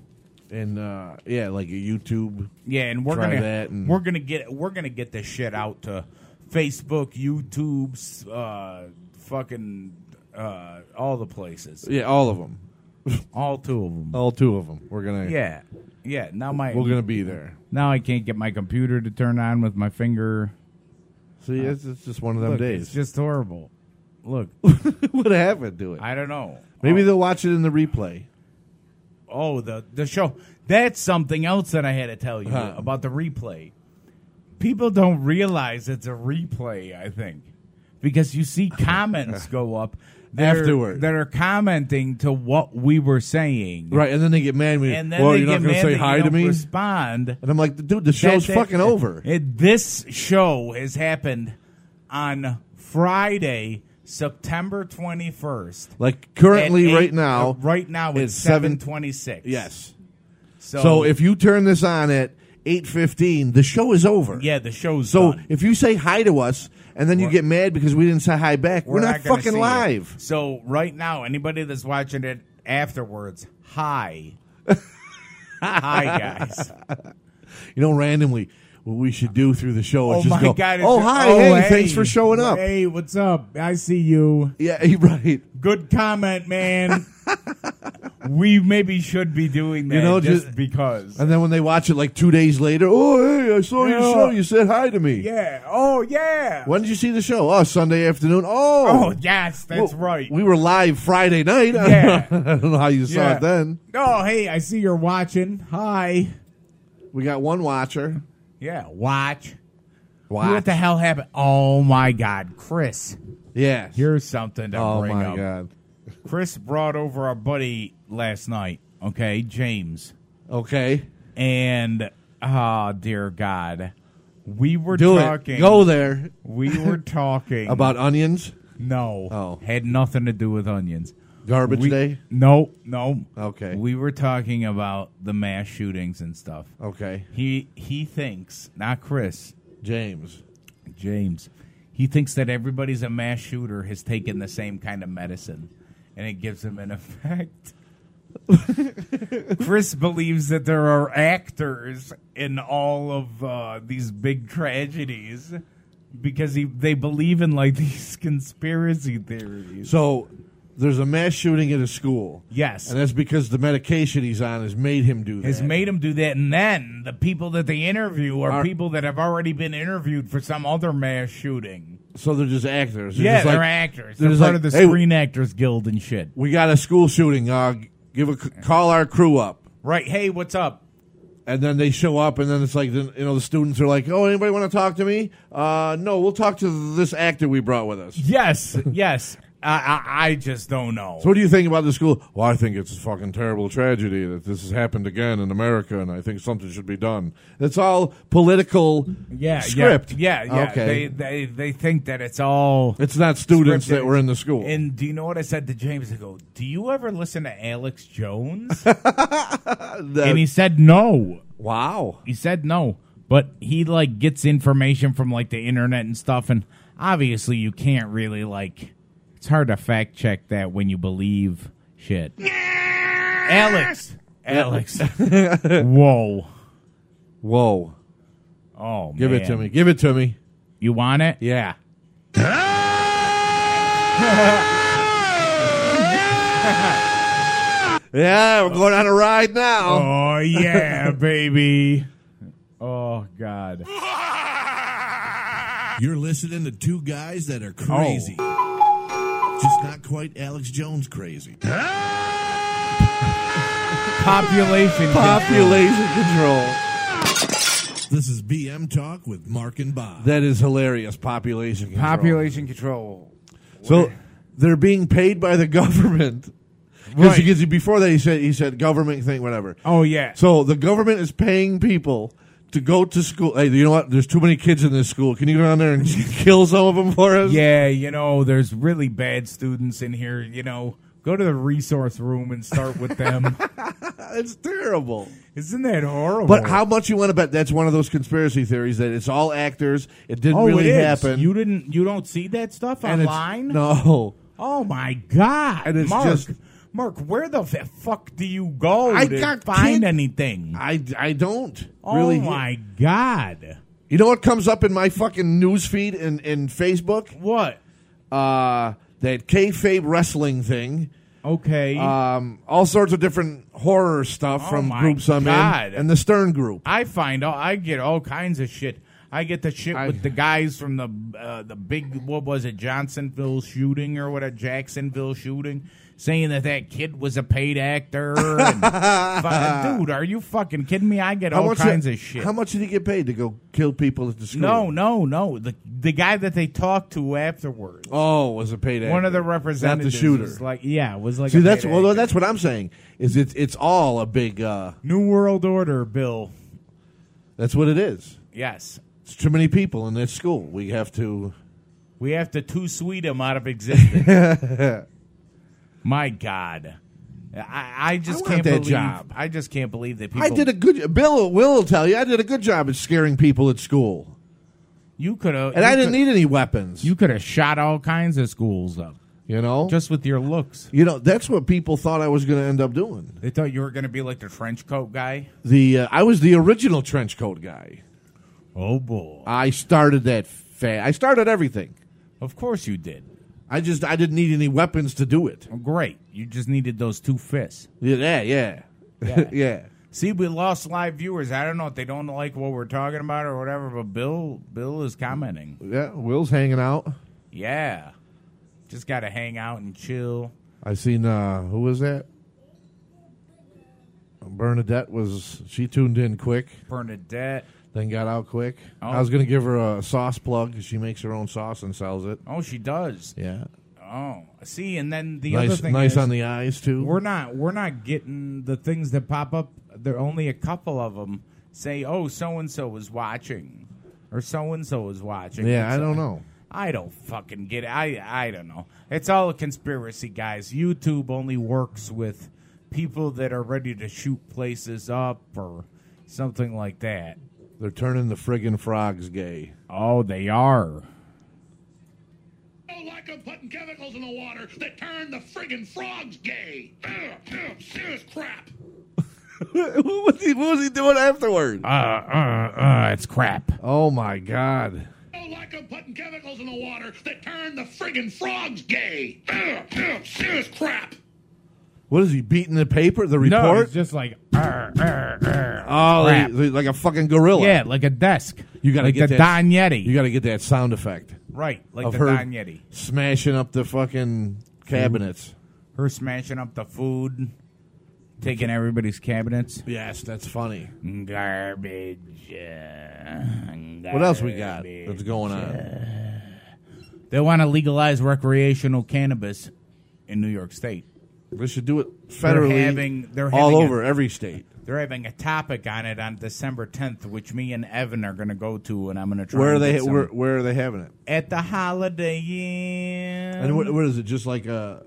[SPEAKER 1] and uh, yeah, like a YouTube.
[SPEAKER 2] Yeah, and we're
[SPEAKER 1] Try
[SPEAKER 2] gonna
[SPEAKER 1] that and-
[SPEAKER 2] we're gonna get we're gonna get this shit out to Facebook, YouTube, s- uh, fucking uh, all the places,
[SPEAKER 1] Yeah, all of them.
[SPEAKER 2] all two of them.
[SPEAKER 1] All two of them. We're gonna.
[SPEAKER 2] Yeah, yeah. Now my
[SPEAKER 1] we're gonna be there.
[SPEAKER 2] now I can't get my computer to turn on with my finger.
[SPEAKER 1] See, it's, it's just one of them
[SPEAKER 2] Uh, Look, it's
[SPEAKER 1] days.
[SPEAKER 2] just horrible. Look,
[SPEAKER 1] what happened to it?
[SPEAKER 2] I don't know.
[SPEAKER 1] Maybe
[SPEAKER 2] oh,
[SPEAKER 1] they'll watch it in the replay.
[SPEAKER 2] oh the the show. That's something else that I had to tell you
[SPEAKER 1] Huh.
[SPEAKER 2] about the replay. People don't realize it's a replay. I think because you see comments go up that are-
[SPEAKER 1] Afterward.
[SPEAKER 2] that are commenting to what we were saying.
[SPEAKER 1] Right, and then they get mad when
[SPEAKER 2] And
[SPEAKER 1] you.
[SPEAKER 2] then
[SPEAKER 1] Well,
[SPEAKER 2] they
[SPEAKER 1] you're not
[SPEAKER 2] get
[SPEAKER 1] going to
[SPEAKER 2] mad
[SPEAKER 1] say
[SPEAKER 2] that
[SPEAKER 1] hi
[SPEAKER 2] you
[SPEAKER 1] to
[SPEAKER 2] don't
[SPEAKER 1] me.
[SPEAKER 2] Respond.
[SPEAKER 1] And I'm like, dude, the show's
[SPEAKER 2] That- that-
[SPEAKER 1] fucking over.
[SPEAKER 2] It, this show has happened on Friday, September 21st.
[SPEAKER 1] like currently,
[SPEAKER 2] At eight-
[SPEAKER 1] right now,
[SPEAKER 2] uh, right now
[SPEAKER 1] it's
[SPEAKER 2] it's
[SPEAKER 1] seven-
[SPEAKER 2] 7:26.
[SPEAKER 1] Yes.
[SPEAKER 2] So,
[SPEAKER 1] So if you turn this on at eight fifteen, the show is over.
[SPEAKER 2] yeah, the show's
[SPEAKER 1] So
[SPEAKER 2] done.
[SPEAKER 1] if you say hi to us and then you
[SPEAKER 2] We're-
[SPEAKER 1] get mad because we didn't say hi back, we're, not,
[SPEAKER 2] gonna
[SPEAKER 1] fucking
[SPEAKER 2] see it.
[SPEAKER 1] live.
[SPEAKER 2] So right now, anybody that's watching it afterwards, hi, hi guys.
[SPEAKER 1] You know, randomly, what we should do through the show is
[SPEAKER 2] oh
[SPEAKER 1] just
[SPEAKER 2] my
[SPEAKER 1] go,
[SPEAKER 2] god! it's-
[SPEAKER 1] oh hi,
[SPEAKER 2] oh,
[SPEAKER 1] hey, thanks for showing up.
[SPEAKER 2] Hey, what's up? I see you.
[SPEAKER 1] Yeah, right.
[SPEAKER 2] Good comment, man. we maybe should be doing that
[SPEAKER 1] You know,
[SPEAKER 2] just,
[SPEAKER 1] just-
[SPEAKER 2] because.
[SPEAKER 1] And then when they watch it like two days later, oh hey, I saw your
[SPEAKER 2] Yeah.
[SPEAKER 1] show. You said hi to me.
[SPEAKER 2] yeah. Oh yeah.
[SPEAKER 1] When did you see the show? Oh, Sunday afternoon. Oh,
[SPEAKER 2] Oh yes, that's
[SPEAKER 1] Well,
[SPEAKER 2] right.
[SPEAKER 1] We were live Friday night.
[SPEAKER 2] Yeah.
[SPEAKER 1] I don't know how you saw
[SPEAKER 2] Yeah.
[SPEAKER 1] it then.
[SPEAKER 2] Oh hey, I see you're watching. Hi.
[SPEAKER 1] We got one watcher.
[SPEAKER 2] Yeah, watch.
[SPEAKER 1] Watch.
[SPEAKER 2] What the hell happened? Oh my God, Chris!
[SPEAKER 1] Yeah.
[SPEAKER 2] Here's something to
[SPEAKER 1] oh
[SPEAKER 2] bring
[SPEAKER 1] my
[SPEAKER 2] up.
[SPEAKER 1] god.
[SPEAKER 2] Chris brought over our buddy last night. Okay, James,
[SPEAKER 1] Okay.
[SPEAKER 2] and oh dear God, we were
[SPEAKER 1] Do
[SPEAKER 2] talking.
[SPEAKER 1] it. Go there.
[SPEAKER 2] We were talking
[SPEAKER 1] About onions.
[SPEAKER 2] no.
[SPEAKER 1] Oh.
[SPEAKER 2] had nothing to do with onions.
[SPEAKER 1] Garbage
[SPEAKER 2] We-
[SPEAKER 1] day.
[SPEAKER 2] No, no.
[SPEAKER 1] Okay.
[SPEAKER 2] we were talking about the mass shootings and stuff.
[SPEAKER 1] Okay.
[SPEAKER 2] He he thinks not Chris.
[SPEAKER 1] James.
[SPEAKER 2] James. He thinks that everybody's a mass shooter has taken the same kind of medicine, and it gives him an effect. Chris believes that there are actors in all of uh, these big tragedies because he, they believe in like these conspiracy theories.
[SPEAKER 1] So there's a mass shooting at a school.
[SPEAKER 2] Yes,
[SPEAKER 1] And that's because the medication he's on has made him do that.
[SPEAKER 2] has made him do that, and then the people that they interview are,
[SPEAKER 1] Are-
[SPEAKER 2] people that have already been interviewed for some other mass shooting.
[SPEAKER 1] so they're just actors. They're
[SPEAKER 2] yeah,
[SPEAKER 1] just like,
[SPEAKER 2] they're actors.
[SPEAKER 1] they're
[SPEAKER 2] They're,
[SPEAKER 1] just
[SPEAKER 2] part
[SPEAKER 1] like,
[SPEAKER 2] of the
[SPEAKER 1] "Hey,
[SPEAKER 2] Screen Actors Guild and shit.
[SPEAKER 1] We got a school shooting. Uh, give a c- call our crew up.
[SPEAKER 2] Right. Hey, what's up?
[SPEAKER 1] and then they show up, and then it's like then, you know the students are like, "Oh, anybody want to talk to me? Uh, no, we'll talk to this actor we brought with us."
[SPEAKER 2] Yes, yes. I, I, I just don't know.
[SPEAKER 1] So, what do you think about the school? Well, I think it's a fucking terrible tragedy that this has happened again in America, and I think something should be done. It's all political
[SPEAKER 2] yeah,
[SPEAKER 1] script.
[SPEAKER 2] Yeah, yeah. yeah.
[SPEAKER 1] Okay.
[SPEAKER 2] They, they they think that it's all.
[SPEAKER 1] it's not students
[SPEAKER 2] scripted.
[SPEAKER 1] that were in the school.
[SPEAKER 2] And do you know what I said to James? I go, "Do you ever listen to Alex Jones?"
[SPEAKER 1] The-
[SPEAKER 2] and he said, "No."
[SPEAKER 1] wow.
[SPEAKER 2] He said no, but he like gets information from like the internet and stuff, and obviously you can't really like. It's hard to fact check that when you believe shit. Alex, Alex, whoa,
[SPEAKER 1] Whoa.
[SPEAKER 2] oh,
[SPEAKER 1] Give it
[SPEAKER 2] man.
[SPEAKER 1] to me. Give it to me.
[SPEAKER 2] You want it?
[SPEAKER 1] Yeah. yeah, we're going on a ride now.
[SPEAKER 2] Oh yeah, baby. Oh god.
[SPEAKER 1] You're listening to two guys that are crazy.
[SPEAKER 2] Oh.
[SPEAKER 1] Just not quite Alex Jones crazy.
[SPEAKER 2] Population.
[SPEAKER 1] Population control.
[SPEAKER 4] This is BM Talk with Mark and Bob.
[SPEAKER 1] That is hilarious. Population control.
[SPEAKER 2] Population control.
[SPEAKER 1] So they're being paid by the government. Because
[SPEAKER 2] Right.
[SPEAKER 1] before that, he said, he said government thing, whatever.
[SPEAKER 2] Oh yeah.
[SPEAKER 1] So the government is paying people to go to school. Hey, you know what? There's too many kids in this school. Can you go down there and kill some of them for us?
[SPEAKER 2] Yeah, you know, there's really bad students in here. You know, go to the resource room and start with them.
[SPEAKER 1] It's terrible.
[SPEAKER 2] Isn't that horrible?
[SPEAKER 1] But how much you want to bet that's one of those conspiracy theories that it's all actors. It didn't
[SPEAKER 2] oh,
[SPEAKER 1] really
[SPEAKER 2] it is.
[SPEAKER 1] happen.
[SPEAKER 2] You didn't. You don't see that stuff
[SPEAKER 1] and it's-
[SPEAKER 2] online.
[SPEAKER 1] No.
[SPEAKER 2] Oh my god!
[SPEAKER 1] And it's
[SPEAKER 2] Mark,
[SPEAKER 1] just-
[SPEAKER 2] Mark, where the f- fuck do you go
[SPEAKER 1] I
[SPEAKER 2] to
[SPEAKER 1] got
[SPEAKER 2] find
[SPEAKER 1] kid-
[SPEAKER 2] anything?
[SPEAKER 1] I, I don't
[SPEAKER 2] oh
[SPEAKER 1] really.
[SPEAKER 2] my god!
[SPEAKER 1] You know what comes up in my fucking news feed and, and Facebook?
[SPEAKER 2] What?
[SPEAKER 1] Uh, that kayfabe wrestling thing.
[SPEAKER 2] Okay.
[SPEAKER 1] Um, all sorts of different horror stuff
[SPEAKER 2] Oh
[SPEAKER 1] from
[SPEAKER 2] my
[SPEAKER 1] groups I'm
[SPEAKER 2] God.
[SPEAKER 1] in. And the Stern Group.
[SPEAKER 2] I find all I get all kinds of shit. I get the shit
[SPEAKER 1] I-
[SPEAKER 2] with the guys from the uh, the big what was it Johnsonville shooting or what a Jacksonville shooting, saying that that kid was a paid actor. And, Fu- dude, are you fucking kidding me? I get all kinds
[SPEAKER 1] did-
[SPEAKER 2] of shit.
[SPEAKER 1] How much did he get paid to go kill people at the school?
[SPEAKER 2] No, no, no. The the guy that they talked to afterwards,
[SPEAKER 1] Oh, was a paid actor.
[SPEAKER 2] one of the
[SPEAKER 1] not the
[SPEAKER 2] representatives,
[SPEAKER 1] shooter.
[SPEAKER 2] was like yeah, was like
[SPEAKER 1] See,
[SPEAKER 2] a
[SPEAKER 1] that's
[SPEAKER 2] paid
[SPEAKER 1] well,
[SPEAKER 2] actor.
[SPEAKER 1] that's what I'm saying. Is it's it's all a big. Uh,
[SPEAKER 2] New World Order bill.
[SPEAKER 1] that's what it is.
[SPEAKER 2] Yes,
[SPEAKER 1] It's too many people in this school. We have to.
[SPEAKER 2] we have to too sweet him out of existence. My God, I, I just
[SPEAKER 1] I want
[SPEAKER 2] can't
[SPEAKER 1] that
[SPEAKER 2] believe.
[SPEAKER 1] job.
[SPEAKER 2] I just can't believe that people.
[SPEAKER 1] I did a good. Bill will tell you I did a good job at scaring people at school,
[SPEAKER 2] You could have,
[SPEAKER 1] and I didn't need any weapons.
[SPEAKER 2] You could have shot all kinds of schools up
[SPEAKER 1] you know,
[SPEAKER 2] just with your looks.
[SPEAKER 1] you know that's what people thought I was going to end up doing.
[SPEAKER 2] They thought you were going to be like the trench coat guy.
[SPEAKER 1] The uh, I was the original trench coat guy.
[SPEAKER 2] Oh boy!
[SPEAKER 1] I started that. Fa- I started everything.
[SPEAKER 2] of course you did.
[SPEAKER 1] I just I didn't need any weapons to do it.
[SPEAKER 2] Great. You just needed those two fists.
[SPEAKER 1] Yeah, yeah, yeah.
[SPEAKER 2] Yeah.
[SPEAKER 1] yeah.
[SPEAKER 2] See, we lost live viewers. I don't know if they don't like what we're talking about or whatever, but Bill Bill is commenting.
[SPEAKER 1] Yeah, Will's hanging out.
[SPEAKER 2] Yeah. Just got to hang out and chill.
[SPEAKER 1] I seen uh who was that? Bernadette was she tuned in quick,
[SPEAKER 2] Bernadette.
[SPEAKER 1] then got out quick.
[SPEAKER 2] Oh.
[SPEAKER 1] I was gonna give her a sauce plug. 'cause She makes her own sauce and sells it.
[SPEAKER 2] Oh, she does.
[SPEAKER 1] Yeah,
[SPEAKER 2] Oh. See, and then the other
[SPEAKER 1] nice,
[SPEAKER 2] thing
[SPEAKER 1] nice
[SPEAKER 2] is,
[SPEAKER 1] on the eyes too.
[SPEAKER 2] we're not we're not getting the things that pop up. There are only a couple of them say, "Oh, so and so is watching." Or so and so is watching.
[SPEAKER 1] yeah,
[SPEAKER 2] It's
[SPEAKER 1] I don't
[SPEAKER 2] like-
[SPEAKER 1] know.
[SPEAKER 2] I don't fucking get it. I I don't know. It's all a conspiracy, guys. YouTube only works with people that are ready to shoot places up or something like that.
[SPEAKER 1] They're turning the friggin' frogs gay.
[SPEAKER 2] Oh, they are.
[SPEAKER 6] don't like them putting chemicals in the water that turn the friggin' frogs gay. Ugh, ugh, serious crap.
[SPEAKER 1] what, was he, what was he doing afterward?
[SPEAKER 2] Uh, uh, uh, it's crap.
[SPEAKER 1] oh my god!
[SPEAKER 6] don't like them putting chemicals in the water that turn the friggin' frogs gay. Ugh, ugh, serious crap.
[SPEAKER 1] What is he beating the paper? The
[SPEAKER 2] No,
[SPEAKER 1] report?
[SPEAKER 2] it's just like uh, uh, uh.
[SPEAKER 1] oh,
[SPEAKER 2] crap.
[SPEAKER 1] they- they- like a fucking gorilla.
[SPEAKER 2] yeah, like a desk.
[SPEAKER 1] You gotta
[SPEAKER 2] like
[SPEAKER 1] get
[SPEAKER 2] the
[SPEAKER 1] that-
[SPEAKER 2] Don Yeti,
[SPEAKER 1] you got to get that sound effect.
[SPEAKER 2] right? Like
[SPEAKER 1] of
[SPEAKER 2] the
[SPEAKER 1] her
[SPEAKER 2] Don Yeti.
[SPEAKER 1] smashing up the fucking cabinets.
[SPEAKER 2] Her smashing up the food, taking everybody's cabinets.
[SPEAKER 1] Yes, that's funny.
[SPEAKER 2] Garbage.
[SPEAKER 1] What else we got that's going on?
[SPEAKER 2] They want to legalize recreational cannabis in New York State.
[SPEAKER 1] They should do it federally.
[SPEAKER 2] having- they're
[SPEAKER 1] all
[SPEAKER 2] having
[SPEAKER 1] over
[SPEAKER 2] it.
[SPEAKER 1] every state.
[SPEAKER 2] They're having a topic on it on December 10th, which me and Evan are going to go to, and I'm going to try.
[SPEAKER 1] Where are
[SPEAKER 2] and
[SPEAKER 1] they?
[SPEAKER 2] get some-
[SPEAKER 1] Where, where are they having it?
[SPEAKER 2] at the Holiday Inn?
[SPEAKER 1] And what, what is it? Just like uh,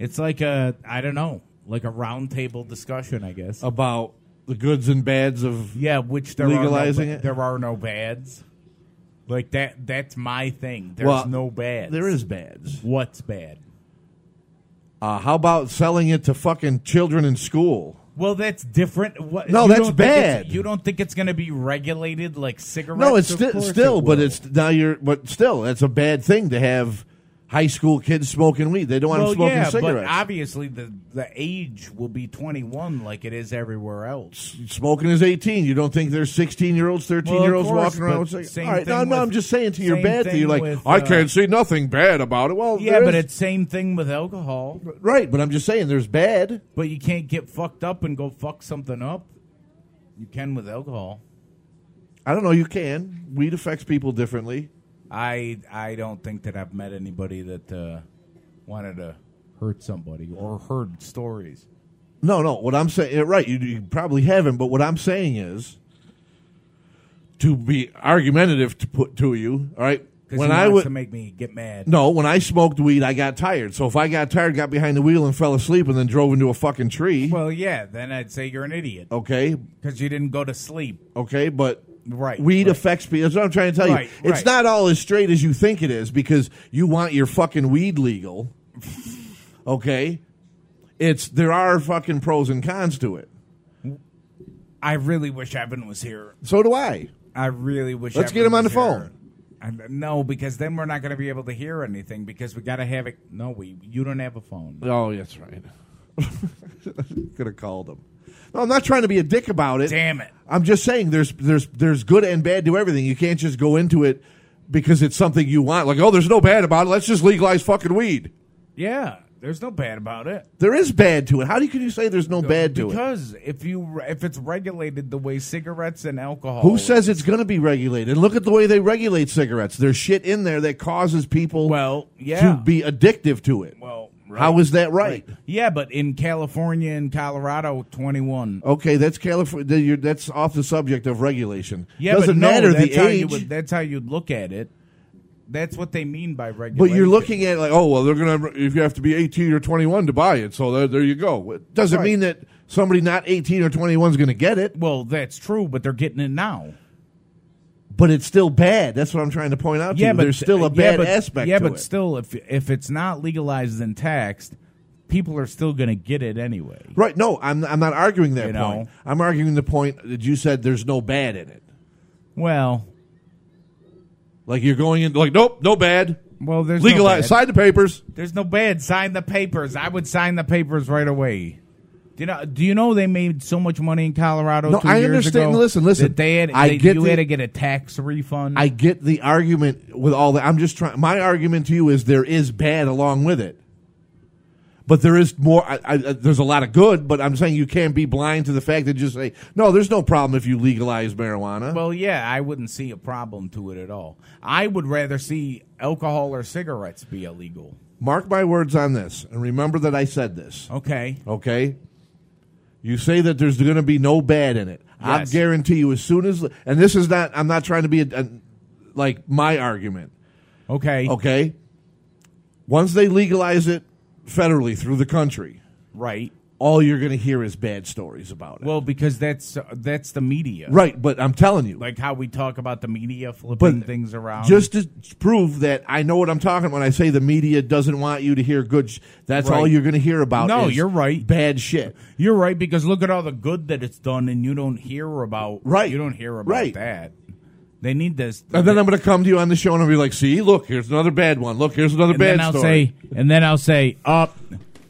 [SPEAKER 2] it's like a I don't know, like a roundtable discussion, I
[SPEAKER 1] Oh.
[SPEAKER 2] guess.
[SPEAKER 1] about the goods and bads of
[SPEAKER 2] yeah, which there
[SPEAKER 1] legalizing
[SPEAKER 2] are no, ba-
[SPEAKER 1] it?
[SPEAKER 2] There are no bads. Like that. That's my thing. There's
[SPEAKER 1] Well,
[SPEAKER 2] no bads.
[SPEAKER 1] there is bads.
[SPEAKER 2] What's bad?
[SPEAKER 1] Uh, how about selling it to fucking children in school?
[SPEAKER 2] Well, that's different. What,
[SPEAKER 1] No,
[SPEAKER 2] you
[SPEAKER 1] that's
[SPEAKER 2] don't think it's-
[SPEAKER 1] bad.
[SPEAKER 2] You don't think it's going to be regulated like cigarettes?
[SPEAKER 1] No, it's
[SPEAKER 2] Of
[SPEAKER 1] sti-
[SPEAKER 2] course
[SPEAKER 1] still,
[SPEAKER 2] it
[SPEAKER 1] but
[SPEAKER 2] will.
[SPEAKER 1] it's now you're, but still, that's a bad thing to have high school kids smoking weed. They don't want
[SPEAKER 2] well,
[SPEAKER 1] them smoking
[SPEAKER 2] yeah,
[SPEAKER 1] cigarettes.
[SPEAKER 2] but obviously the the age will be twenty one, like it is everywhere else.
[SPEAKER 1] smoking is 18. You don't think there's 16 year olds, 13 year olds
[SPEAKER 2] Well, of course,
[SPEAKER 1] walking around
[SPEAKER 2] but
[SPEAKER 1] with cigarettes?
[SPEAKER 2] same
[SPEAKER 1] All right, no,
[SPEAKER 2] thing
[SPEAKER 1] no,
[SPEAKER 2] with-
[SPEAKER 1] I'm just saying to your
[SPEAKER 2] same
[SPEAKER 1] bad thing,
[SPEAKER 2] thing
[SPEAKER 1] you're like,
[SPEAKER 2] with,
[SPEAKER 1] I
[SPEAKER 2] uh,
[SPEAKER 1] can't see nothing bad about it. Well,
[SPEAKER 2] Yeah,
[SPEAKER 1] there
[SPEAKER 2] but
[SPEAKER 1] is-
[SPEAKER 2] it's same thing with alcohol.
[SPEAKER 1] right. But I'm just saying there's bad.
[SPEAKER 2] But you can't get fucked up and go fuck something up. You can with alcohol.
[SPEAKER 1] I don't know. You can. Weed affects people differently.
[SPEAKER 2] I I don't think that I've met anybody that uh, wanted to hurt somebody or heard stories.
[SPEAKER 1] No, no. What I'm saying, yeah, right? You, you probably haven't. But what I'm saying is, to be argumentative to put to you, all right?
[SPEAKER 2] Because
[SPEAKER 1] When
[SPEAKER 2] he
[SPEAKER 1] I
[SPEAKER 2] wants
[SPEAKER 1] would
[SPEAKER 2] to make me get mad.
[SPEAKER 1] no, when I smoked weed, I got tired. So if I got tired, got behind the wheel and fell asleep, and then drove into a fucking tree,
[SPEAKER 2] Well, yeah, then I'd say you're an idiot
[SPEAKER 1] okay,
[SPEAKER 2] because you didn't go to sleep.
[SPEAKER 1] okay, but
[SPEAKER 2] Right,
[SPEAKER 1] weed
[SPEAKER 2] right.
[SPEAKER 1] affects people. That's what I'm trying to tell
[SPEAKER 2] Right,
[SPEAKER 1] you. It's
[SPEAKER 2] right.
[SPEAKER 1] not all as straight as you think it is because you want your fucking weed legal. okay, it's there are fucking pros and cons to it.
[SPEAKER 2] I really wish Evan was here.
[SPEAKER 1] So do I.
[SPEAKER 2] I really wish.
[SPEAKER 1] Let's
[SPEAKER 2] Evan
[SPEAKER 1] get him on
[SPEAKER 2] was
[SPEAKER 1] the
[SPEAKER 2] here. I- no, because then we're not going to be able to hear anything because we got to have it. No, we. You don't have a phone.
[SPEAKER 1] Oh, that's right. Could have called him. No, I'm not trying to be a dick about it.
[SPEAKER 2] Damn it.
[SPEAKER 1] I'm just saying there's there's there's good and bad to everything. You can't just go into it because it's something you want. Like, oh, there's no bad about it. Let's just legalize fucking weed.
[SPEAKER 2] Yeah, there's no bad about it.
[SPEAKER 1] There is bad to it. How do you, can you say there's no bad to it?
[SPEAKER 2] because if you if it's regulated the way cigarettes and alcohol,
[SPEAKER 1] Who says it's going to be regulated? And look at the way they regulate cigarettes. There's shit in there that causes people
[SPEAKER 2] Well, yeah.
[SPEAKER 1] to be addictive to it.
[SPEAKER 2] Well, right.
[SPEAKER 1] how is that right?
[SPEAKER 2] Yeah, but in California and Colorado, twenty one.
[SPEAKER 1] Okay, that's California. You're, that's off the subject of regulation.
[SPEAKER 2] Yeah,
[SPEAKER 1] doesn't
[SPEAKER 2] but no,
[SPEAKER 1] matter
[SPEAKER 2] that's
[SPEAKER 1] the
[SPEAKER 2] how
[SPEAKER 1] age.
[SPEAKER 2] You would, that's how you'd look at it. That's what they mean by regulation.
[SPEAKER 1] But you're looking at like, oh well, they're gonna if you have to be 18 or 21 to buy it. So there, there you go. It doesn't
[SPEAKER 2] Right.
[SPEAKER 1] mean that somebody not 18 or 21 is gonna get it,
[SPEAKER 2] Well, that's true, but they're getting it now.
[SPEAKER 1] but it's still bad. That's what I'm trying to point out. to
[SPEAKER 2] Yeah,
[SPEAKER 1] you.
[SPEAKER 2] but
[SPEAKER 1] there's still
[SPEAKER 2] yeah,
[SPEAKER 1] a bad
[SPEAKER 2] but-
[SPEAKER 1] aspect.
[SPEAKER 2] Yeah,
[SPEAKER 1] to
[SPEAKER 2] but
[SPEAKER 1] it.
[SPEAKER 2] still, if if it's not legalized and taxed, people are still going to get it anyway.
[SPEAKER 1] right? No, I'm I'm not arguing that
[SPEAKER 2] You know.
[SPEAKER 1] point. I'm arguing the point that you said there's no bad in it.
[SPEAKER 2] Well,
[SPEAKER 1] Like you're going in like, nope, no bad.
[SPEAKER 2] well, there's
[SPEAKER 1] Legalize,
[SPEAKER 2] No bad.
[SPEAKER 1] sign the papers.
[SPEAKER 2] There's no bad. Sign the papers. I would sign the papers right away. Do you know? Do you know they made so much money in Colorado?
[SPEAKER 1] No,
[SPEAKER 2] two
[SPEAKER 1] I
[SPEAKER 2] years
[SPEAKER 1] understand.
[SPEAKER 2] ago
[SPEAKER 1] Listen, listen.
[SPEAKER 2] That they had.
[SPEAKER 1] I
[SPEAKER 2] they-
[SPEAKER 1] get
[SPEAKER 2] you
[SPEAKER 1] the-
[SPEAKER 2] had to get a tax refund.
[SPEAKER 1] I get the argument with all that. I'm just trying. My argument to you is there is bad along with it, but there is more. I, I, there's a lot of good, but I'm saying you can't be blind to the fact that just say no. There's no problem if you legalize marijuana.
[SPEAKER 2] well, yeah, I wouldn't see a problem to it at all. I would rather see alcohol or cigarettes be illegal.
[SPEAKER 1] Mark my words on this, and remember that I said this.
[SPEAKER 2] Okay.
[SPEAKER 1] Okay, you say that there's going to be no bad in it. I
[SPEAKER 2] Yes.
[SPEAKER 1] guarantee you, as soon as and this is not. I'm not trying to be a, a, like my argument.
[SPEAKER 2] Okay.
[SPEAKER 1] Okay, once they legalize it federally through the country.
[SPEAKER 2] Right.
[SPEAKER 1] all you're going to hear is bad stories about it.
[SPEAKER 2] Well, because that's that's the media,
[SPEAKER 1] right, but I'm telling you,
[SPEAKER 2] Like how we talk about the media flipping
[SPEAKER 1] but
[SPEAKER 2] things around.
[SPEAKER 1] just to prove that I know what I'm talking when I say the media doesn't want you to hear good. Sh- that's all
[SPEAKER 2] Right.
[SPEAKER 1] you're going to hear about.
[SPEAKER 2] No,
[SPEAKER 1] is
[SPEAKER 2] you're right.
[SPEAKER 1] Bad shit.
[SPEAKER 2] you're right because look at all the good that it's done, and you don't hear about.
[SPEAKER 1] Right.
[SPEAKER 2] You don't hear about
[SPEAKER 1] Right.
[SPEAKER 2] that. They need this.
[SPEAKER 1] And then I'm going to come to you on the show and I'll be like, "See, look, here's another bad one. Look, here's another
[SPEAKER 2] and
[SPEAKER 1] bad
[SPEAKER 2] then I'll
[SPEAKER 1] story."
[SPEAKER 2] say, and then I'll say, up,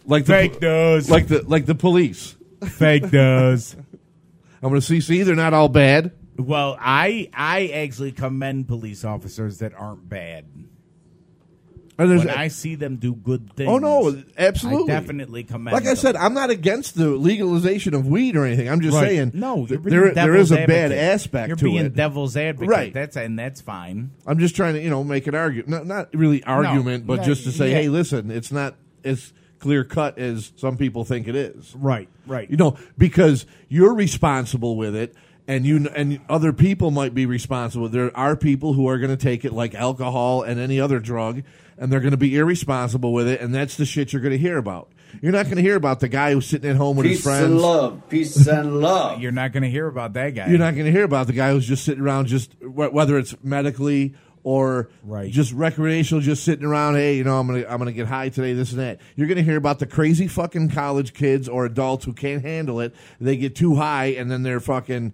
[SPEAKER 1] like the
[SPEAKER 2] fake news,
[SPEAKER 1] like the like the police.
[SPEAKER 2] fake news.
[SPEAKER 1] I'm going to see. See, they're not all bad.
[SPEAKER 2] Well, I I actually commend police officers that aren't bad.
[SPEAKER 1] And there's
[SPEAKER 2] When I see them do good things,
[SPEAKER 1] oh no, absolutely,
[SPEAKER 2] I definitely commend.
[SPEAKER 1] Like I
[SPEAKER 2] them.
[SPEAKER 1] said, I'm not against the legalization of weed or anything. I'm just
[SPEAKER 2] Right.
[SPEAKER 1] saying,
[SPEAKER 2] no, you're
[SPEAKER 1] th-
[SPEAKER 2] being
[SPEAKER 1] there, there
[SPEAKER 2] devil's
[SPEAKER 1] is a
[SPEAKER 2] advocate.
[SPEAKER 1] bad aspect
[SPEAKER 2] You're
[SPEAKER 1] to
[SPEAKER 2] being
[SPEAKER 1] it.
[SPEAKER 2] devil's advocate,
[SPEAKER 1] Right.
[SPEAKER 2] That's and that's fine.
[SPEAKER 1] I'm just trying to, you know, make an argument. Not, not really argument, but
[SPEAKER 2] Right.
[SPEAKER 1] just to say,
[SPEAKER 2] Yeah.
[SPEAKER 1] hey, listen, it's not as clear cut as some people think it is.
[SPEAKER 2] Right, right.
[SPEAKER 1] You know, because you're responsible with it, and you and other people might be responsible. There are people who are going to take it like alcohol and any other drug, and they're going to be irresponsible with it, and that's the shit you're going to hear about. You're not going to hear about the guy who's sitting at home with his
[SPEAKER 7] Peace
[SPEAKER 1] friends.
[SPEAKER 7] and love. Peace and love.
[SPEAKER 2] You're not going to hear about that guy.
[SPEAKER 1] You're not going to hear about the guy who's just sitting around, just wh- whether it's medically or
[SPEAKER 2] Right.
[SPEAKER 1] just recreational, just sitting around. Hey, you know, I'm gonna I'm gonna get high today, this and that. You're going to hear about the crazy fucking college kids or adults who can't handle it. They get too high and then they're fucking,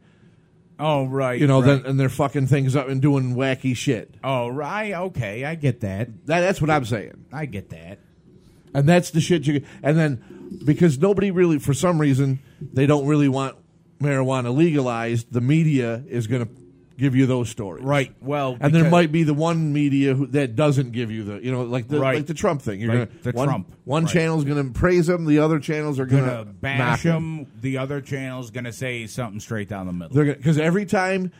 [SPEAKER 2] Oh, right.
[SPEAKER 1] you know, then
[SPEAKER 2] right.
[SPEAKER 1] and they're fucking things up and doing wacky shit.
[SPEAKER 2] Oh, right. Okay, I get that.
[SPEAKER 1] That, that's what I'm saying.
[SPEAKER 2] I get that.
[SPEAKER 1] And that's the shit you. And then because nobody really, for some reason, they don't really want marijuana legalized. The media is going to give you those stories,
[SPEAKER 2] Right. Well,
[SPEAKER 1] and there
[SPEAKER 2] because-
[SPEAKER 1] might be the one media who, that doesn't give you the you know like the
[SPEAKER 2] Right.
[SPEAKER 1] like the Trump thing. You're
[SPEAKER 2] Like
[SPEAKER 1] gonna
[SPEAKER 2] the
[SPEAKER 1] one,
[SPEAKER 2] Trump.
[SPEAKER 1] One
[SPEAKER 2] Right.
[SPEAKER 1] channel's going to praise them, the other channels are going
[SPEAKER 2] gonna
[SPEAKER 1] to
[SPEAKER 2] bash him. The other channel's gonna say something straight down the middle.
[SPEAKER 1] They're because every time,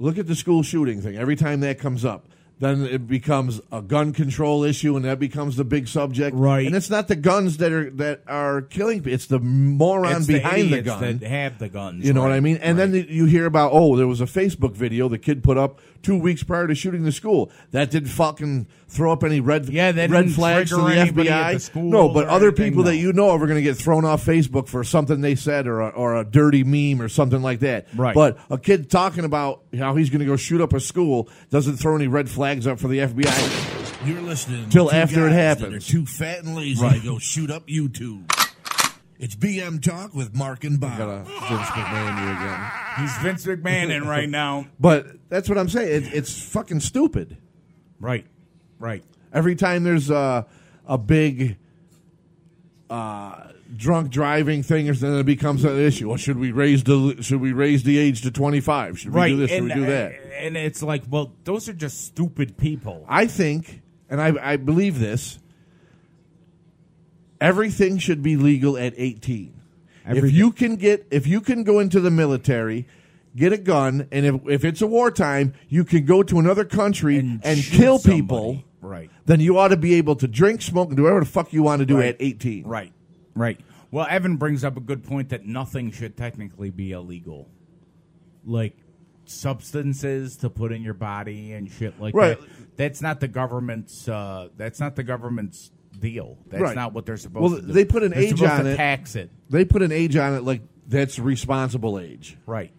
[SPEAKER 1] look at the school shooting thing. Every time that comes up, then it becomes a gun control issue, and that becomes the big subject.
[SPEAKER 2] Right.
[SPEAKER 1] And it's not the guns that are that are killing. people. It's the moron
[SPEAKER 2] It's
[SPEAKER 1] behind the,
[SPEAKER 2] idiots
[SPEAKER 1] gun.
[SPEAKER 2] that have the guns.
[SPEAKER 1] You know what I
[SPEAKER 2] right,
[SPEAKER 1] mean? And then you hear about, oh, there was a Facebook video the kid put up two weeks prior to shooting the school. That didn't fucking throw up any red
[SPEAKER 2] Yeah, that
[SPEAKER 1] red
[SPEAKER 2] didn't
[SPEAKER 1] flags to the
[SPEAKER 2] trigger anybody at
[SPEAKER 1] FBI.
[SPEAKER 2] the school
[SPEAKER 1] no, but
[SPEAKER 2] or
[SPEAKER 1] other
[SPEAKER 2] anything,
[SPEAKER 1] people that
[SPEAKER 2] no.
[SPEAKER 1] you know of are going to get thrown off Facebook for something they said or a, or a dirty meme or something like that.
[SPEAKER 2] Right.
[SPEAKER 1] But a kid talking about how he's going to go shoot up a school doesn't throw any red flags up for the FBI.
[SPEAKER 4] You're listening
[SPEAKER 1] Till
[SPEAKER 4] to
[SPEAKER 1] after it
[SPEAKER 4] guys that
[SPEAKER 1] happens.
[SPEAKER 4] are too fat and lazy
[SPEAKER 1] Right.
[SPEAKER 4] to go shoot up YouTube. It's BM Talk with Mark and Bob.
[SPEAKER 1] Got a Vince McMahon here again.
[SPEAKER 2] He's Vince McMahon in right now.
[SPEAKER 1] But that's what I'm saying. It, it's fucking stupid.
[SPEAKER 2] Right. Right.
[SPEAKER 1] Every time there's a a big uh, drunk driving thing, and then it becomes an issue. Well, should we raise the should we raise the age to twenty five? Should we
[SPEAKER 2] right.
[SPEAKER 1] do this? Should
[SPEAKER 2] and, uh,
[SPEAKER 1] we do
[SPEAKER 4] uh,
[SPEAKER 1] that?
[SPEAKER 2] And it's like, well, those are just stupid people.
[SPEAKER 1] I think, and I, I believe this, everything should be legal at 18. If
[SPEAKER 2] Everything.
[SPEAKER 1] you can get, if you can go into the military, get a gun, and if, if it's a wartime, you can go to another country and,
[SPEAKER 2] shoot
[SPEAKER 1] kill
[SPEAKER 2] somebody.
[SPEAKER 1] people,
[SPEAKER 2] Right.
[SPEAKER 1] then you ought to be able to drink, smoke, and do whatever the fuck you want to do
[SPEAKER 2] Right.
[SPEAKER 1] at 18.
[SPEAKER 2] Right. Right. Well, Evan brings up a good point that nothing should technically be illegal. Like substances to put in your body and shit like
[SPEAKER 1] Right.
[SPEAKER 2] that. That's not the government's uh that's not the government's deal. That's
[SPEAKER 1] Right.
[SPEAKER 2] not what they're supposed
[SPEAKER 1] Well,
[SPEAKER 2] to do.
[SPEAKER 1] they put an
[SPEAKER 2] They're
[SPEAKER 1] age
[SPEAKER 2] supposed
[SPEAKER 1] on
[SPEAKER 2] to
[SPEAKER 1] it.
[SPEAKER 2] tax it.
[SPEAKER 1] They put an age on it like that's responsible age.
[SPEAKER 2] Right.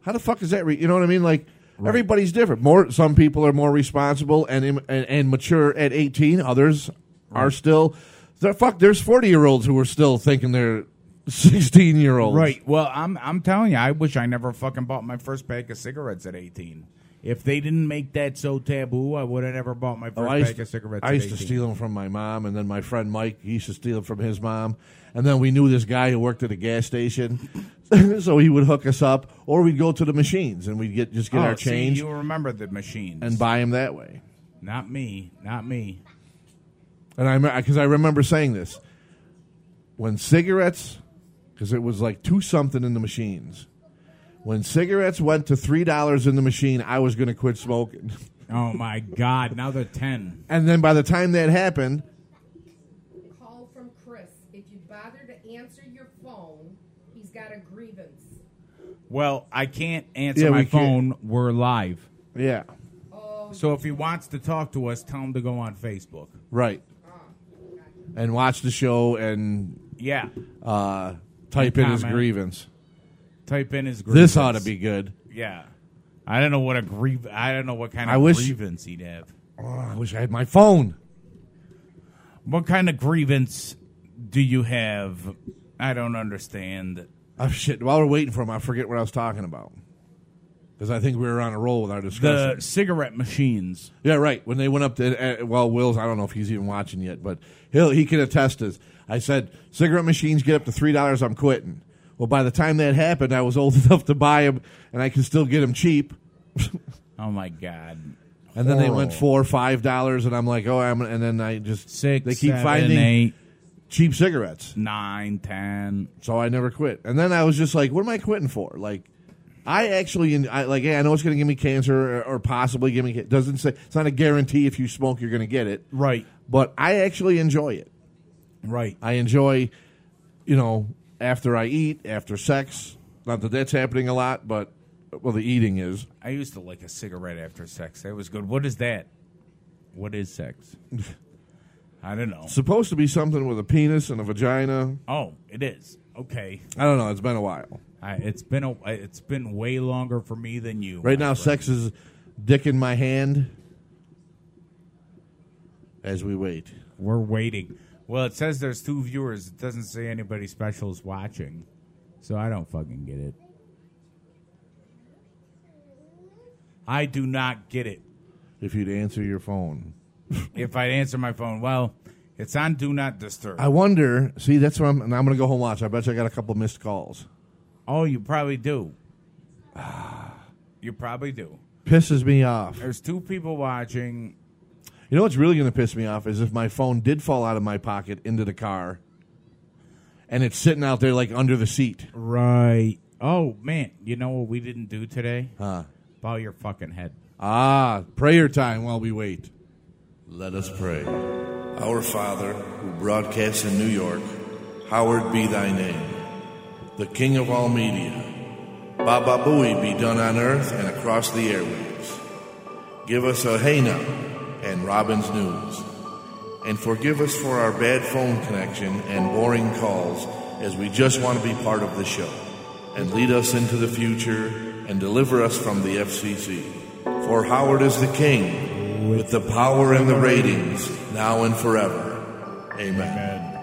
[SPEAKER 1] How the fuck is that? Re- you know what I mean? Like everybody's different. More some people are more responsible and im- and, and mature at eighteen. Others are still. The fuck, there's forty year olds who are still thinking they're sixteen year olds.
[SPEAKER 2] Right. Well, I'm I'm telling you, I wish I never fucking bought my first pack of cigarettes at 18. If they didn't make that so taboo, I would have never bought my first
[SPEAKER 1] Oh, I
[SPEAKER 2] pack
[SPEAKER 1] used, to,
[SPEAKER 2] of cigarettes.
[SPEAKER 1] I
[SPEAKER 2] at
[SPEAKER 1] used to
[SPEAKER 2] 18.
[SPEAKER 1] steal them from my mom, and then my friend Mike he used to steal them from his mom, and then we knew this guy who worked at a gas station, so he would hook us up, or we'd go to the machines and we'd get just get
[SPEAKER 2] Oh,
[SPEAKER 1] our
[SPEAKER 2] see,
[SPEAKER 1] change
[SPEAKER 2] you remember the machines?
[SPEAKER 1] and buy him that way.
[SPEAKER 2] not me, not me.
[SPEAKER 1] and I because I remember saying this when cigarettes because it was like two something in the machines. When cigarettes went to three dollars in the machine, I was going to quit smoking.
[SPEAKER 2] Oh my God! Now they're ten.
[SPEAKER 1] And then by the time that happened,
[SPEAKER 8] Call from Chris. If you bother to answer your phone, he's got a grievance.
[SPEAKER 2] Well, I can't answer
[SPEAKER 1] Yeah,
[SPEAKER 2] my
[SPEAKER 1] we
[SPEAKER 2] phone.
[SPEAKER 1] can't.
[SPEAKER 2] We're live.
[SPEAKER 1] yeah,
[SPEAKER 8] Oh,
[SPEAKER 2] So if he wants to talk to us, tell him to go on Facebook.
[SPEAKER 1] right. And watch the show and
[SPEAKER 2] Yeah,
[SPEAKER 1] uh, type in his
[SPEAKER 2] Comment.
[SPEAKER 1] grievance.
[SPEAKER 2] type in his grievance.
[SPEAKER 1] This ought to be good.
[SPEAKER 2] Yeah, I don't know what a grieve. I don't know what kind of
[SPEAKER 1] I wish-
[SPEAKER 2] grievance he'd have.
[SPEAKER 1] Oh, I wish I had my phone.
[SPEAKER 2] What kind of grievance do you have? I don't understand.
[SPEAKER 1] Oh, shit. While we're waiting for him, I forget what I was talking about because I think we were on a roll with our discussion.
[SPEAKER 2] The cigarette machines.
[SPEAKER 1] Yeah, right. When they went up to uh, well, Will's. I don't know if he's even watching yet, but he'll he can attest this. I said cigarette machines get up to three dollars. I'm quitting. Well, by the time that happened, I was old enough to buy them, and I could still get them cheap.
[SPEAKER 2] Oh my God!
[SPEAKER 1] And then they went
[SPEAKER 2] Horrible.
[SPEAKER 1] four, five dollars, and I'm like, oh, I'm. And then I just
[SPEAKER 2] Six.
[SPEAKER 1] They keep
[SPEAKER 2] seven,
[SPEAKER 1] finding
[SPEAKER 2] eight,
[SPEAKER 1] cheap cigarettes,
[SPEAKER 2] nine, ten.
[SPEAKER 1] so I never quit. And then I was just like, what am I quitting for? Like. I actually, I, like, yeah, I know it's going to give me cancer or, or possibly give me. ca- Doesn't say it's not a guarantee. If you smoke, you're going to get it,
[SPEAKER 2] Right.
[SPEAKER 1] but I actually enjoy it.
[SPEAKER 2] Right.
[SPEAKER 1] I enjoy, you know, after I eat, after sex. Not that that's happening a lot, but well, the eating is.
[SPEAKER 2] I used to like a cigarette after sex. That was good. What is that? What is sex? I don't know.
[SPEAKER 1] It's supposed to be something with a penis and a vagina.
[SPEAKER 2] Oh, it is. Okay.
[SPEAKER 1] I don't know. It's been a while.
[SPEAKER 2] I, it's been a, it's been way longer for me than you.
[SPEAKER 1] Right
[SPEAKER 2] my
[SPEAKER 1] now,
[SPEAKER 2] friend.
[SPEAKER 1] sex is dick in my hand. As we wait,
[SPEAKER 2] We're waiting. Well, it says there's two viewers. It doesn't say anybody special is watching. So I don't fucking get it. I do not get it.
[SPEAKER 1] if you'd answer your phone,
[SPEAKER 2] If I answer my phone, well, it's on do not disturb.
[SPEAKER 1] I wonder. See, that's what I'm. And I'm going to go home and watch. I bet you I got a couple missed calls.
[SPEAKER 2] oh, you probably do. you probably do.
[SPEAKER 1] Pisses me off.
[SPEAKER 2] There's two people watching.
[SPEAKER 1] You know what's really going to piss me off is if my phone did fall out of my pocket into the car, and it's sitting out there like under the seat.
[SPEAKER 2] Right. Oh man, you know what we didn't do today?
[SPEAKER 1] Huh.
[SPEAKER 2] Bow your fucking head.
[SPEAKER 1] Ah, prayer time while we wait. Let us pray.
[SPEAKER 4] Our Father, who broadcasts in New York, Howard be thy name, the King of all media. Baba Booey be done on earth and across the airwaves. Give us a Hey Now and Robin's News. And forgive us for our bad phone connection and boring calls as we just want to be part of the show. And lead us into the future and deliver us from the FCC. For Howard is the King with the power and the ratings now and forever. Amen.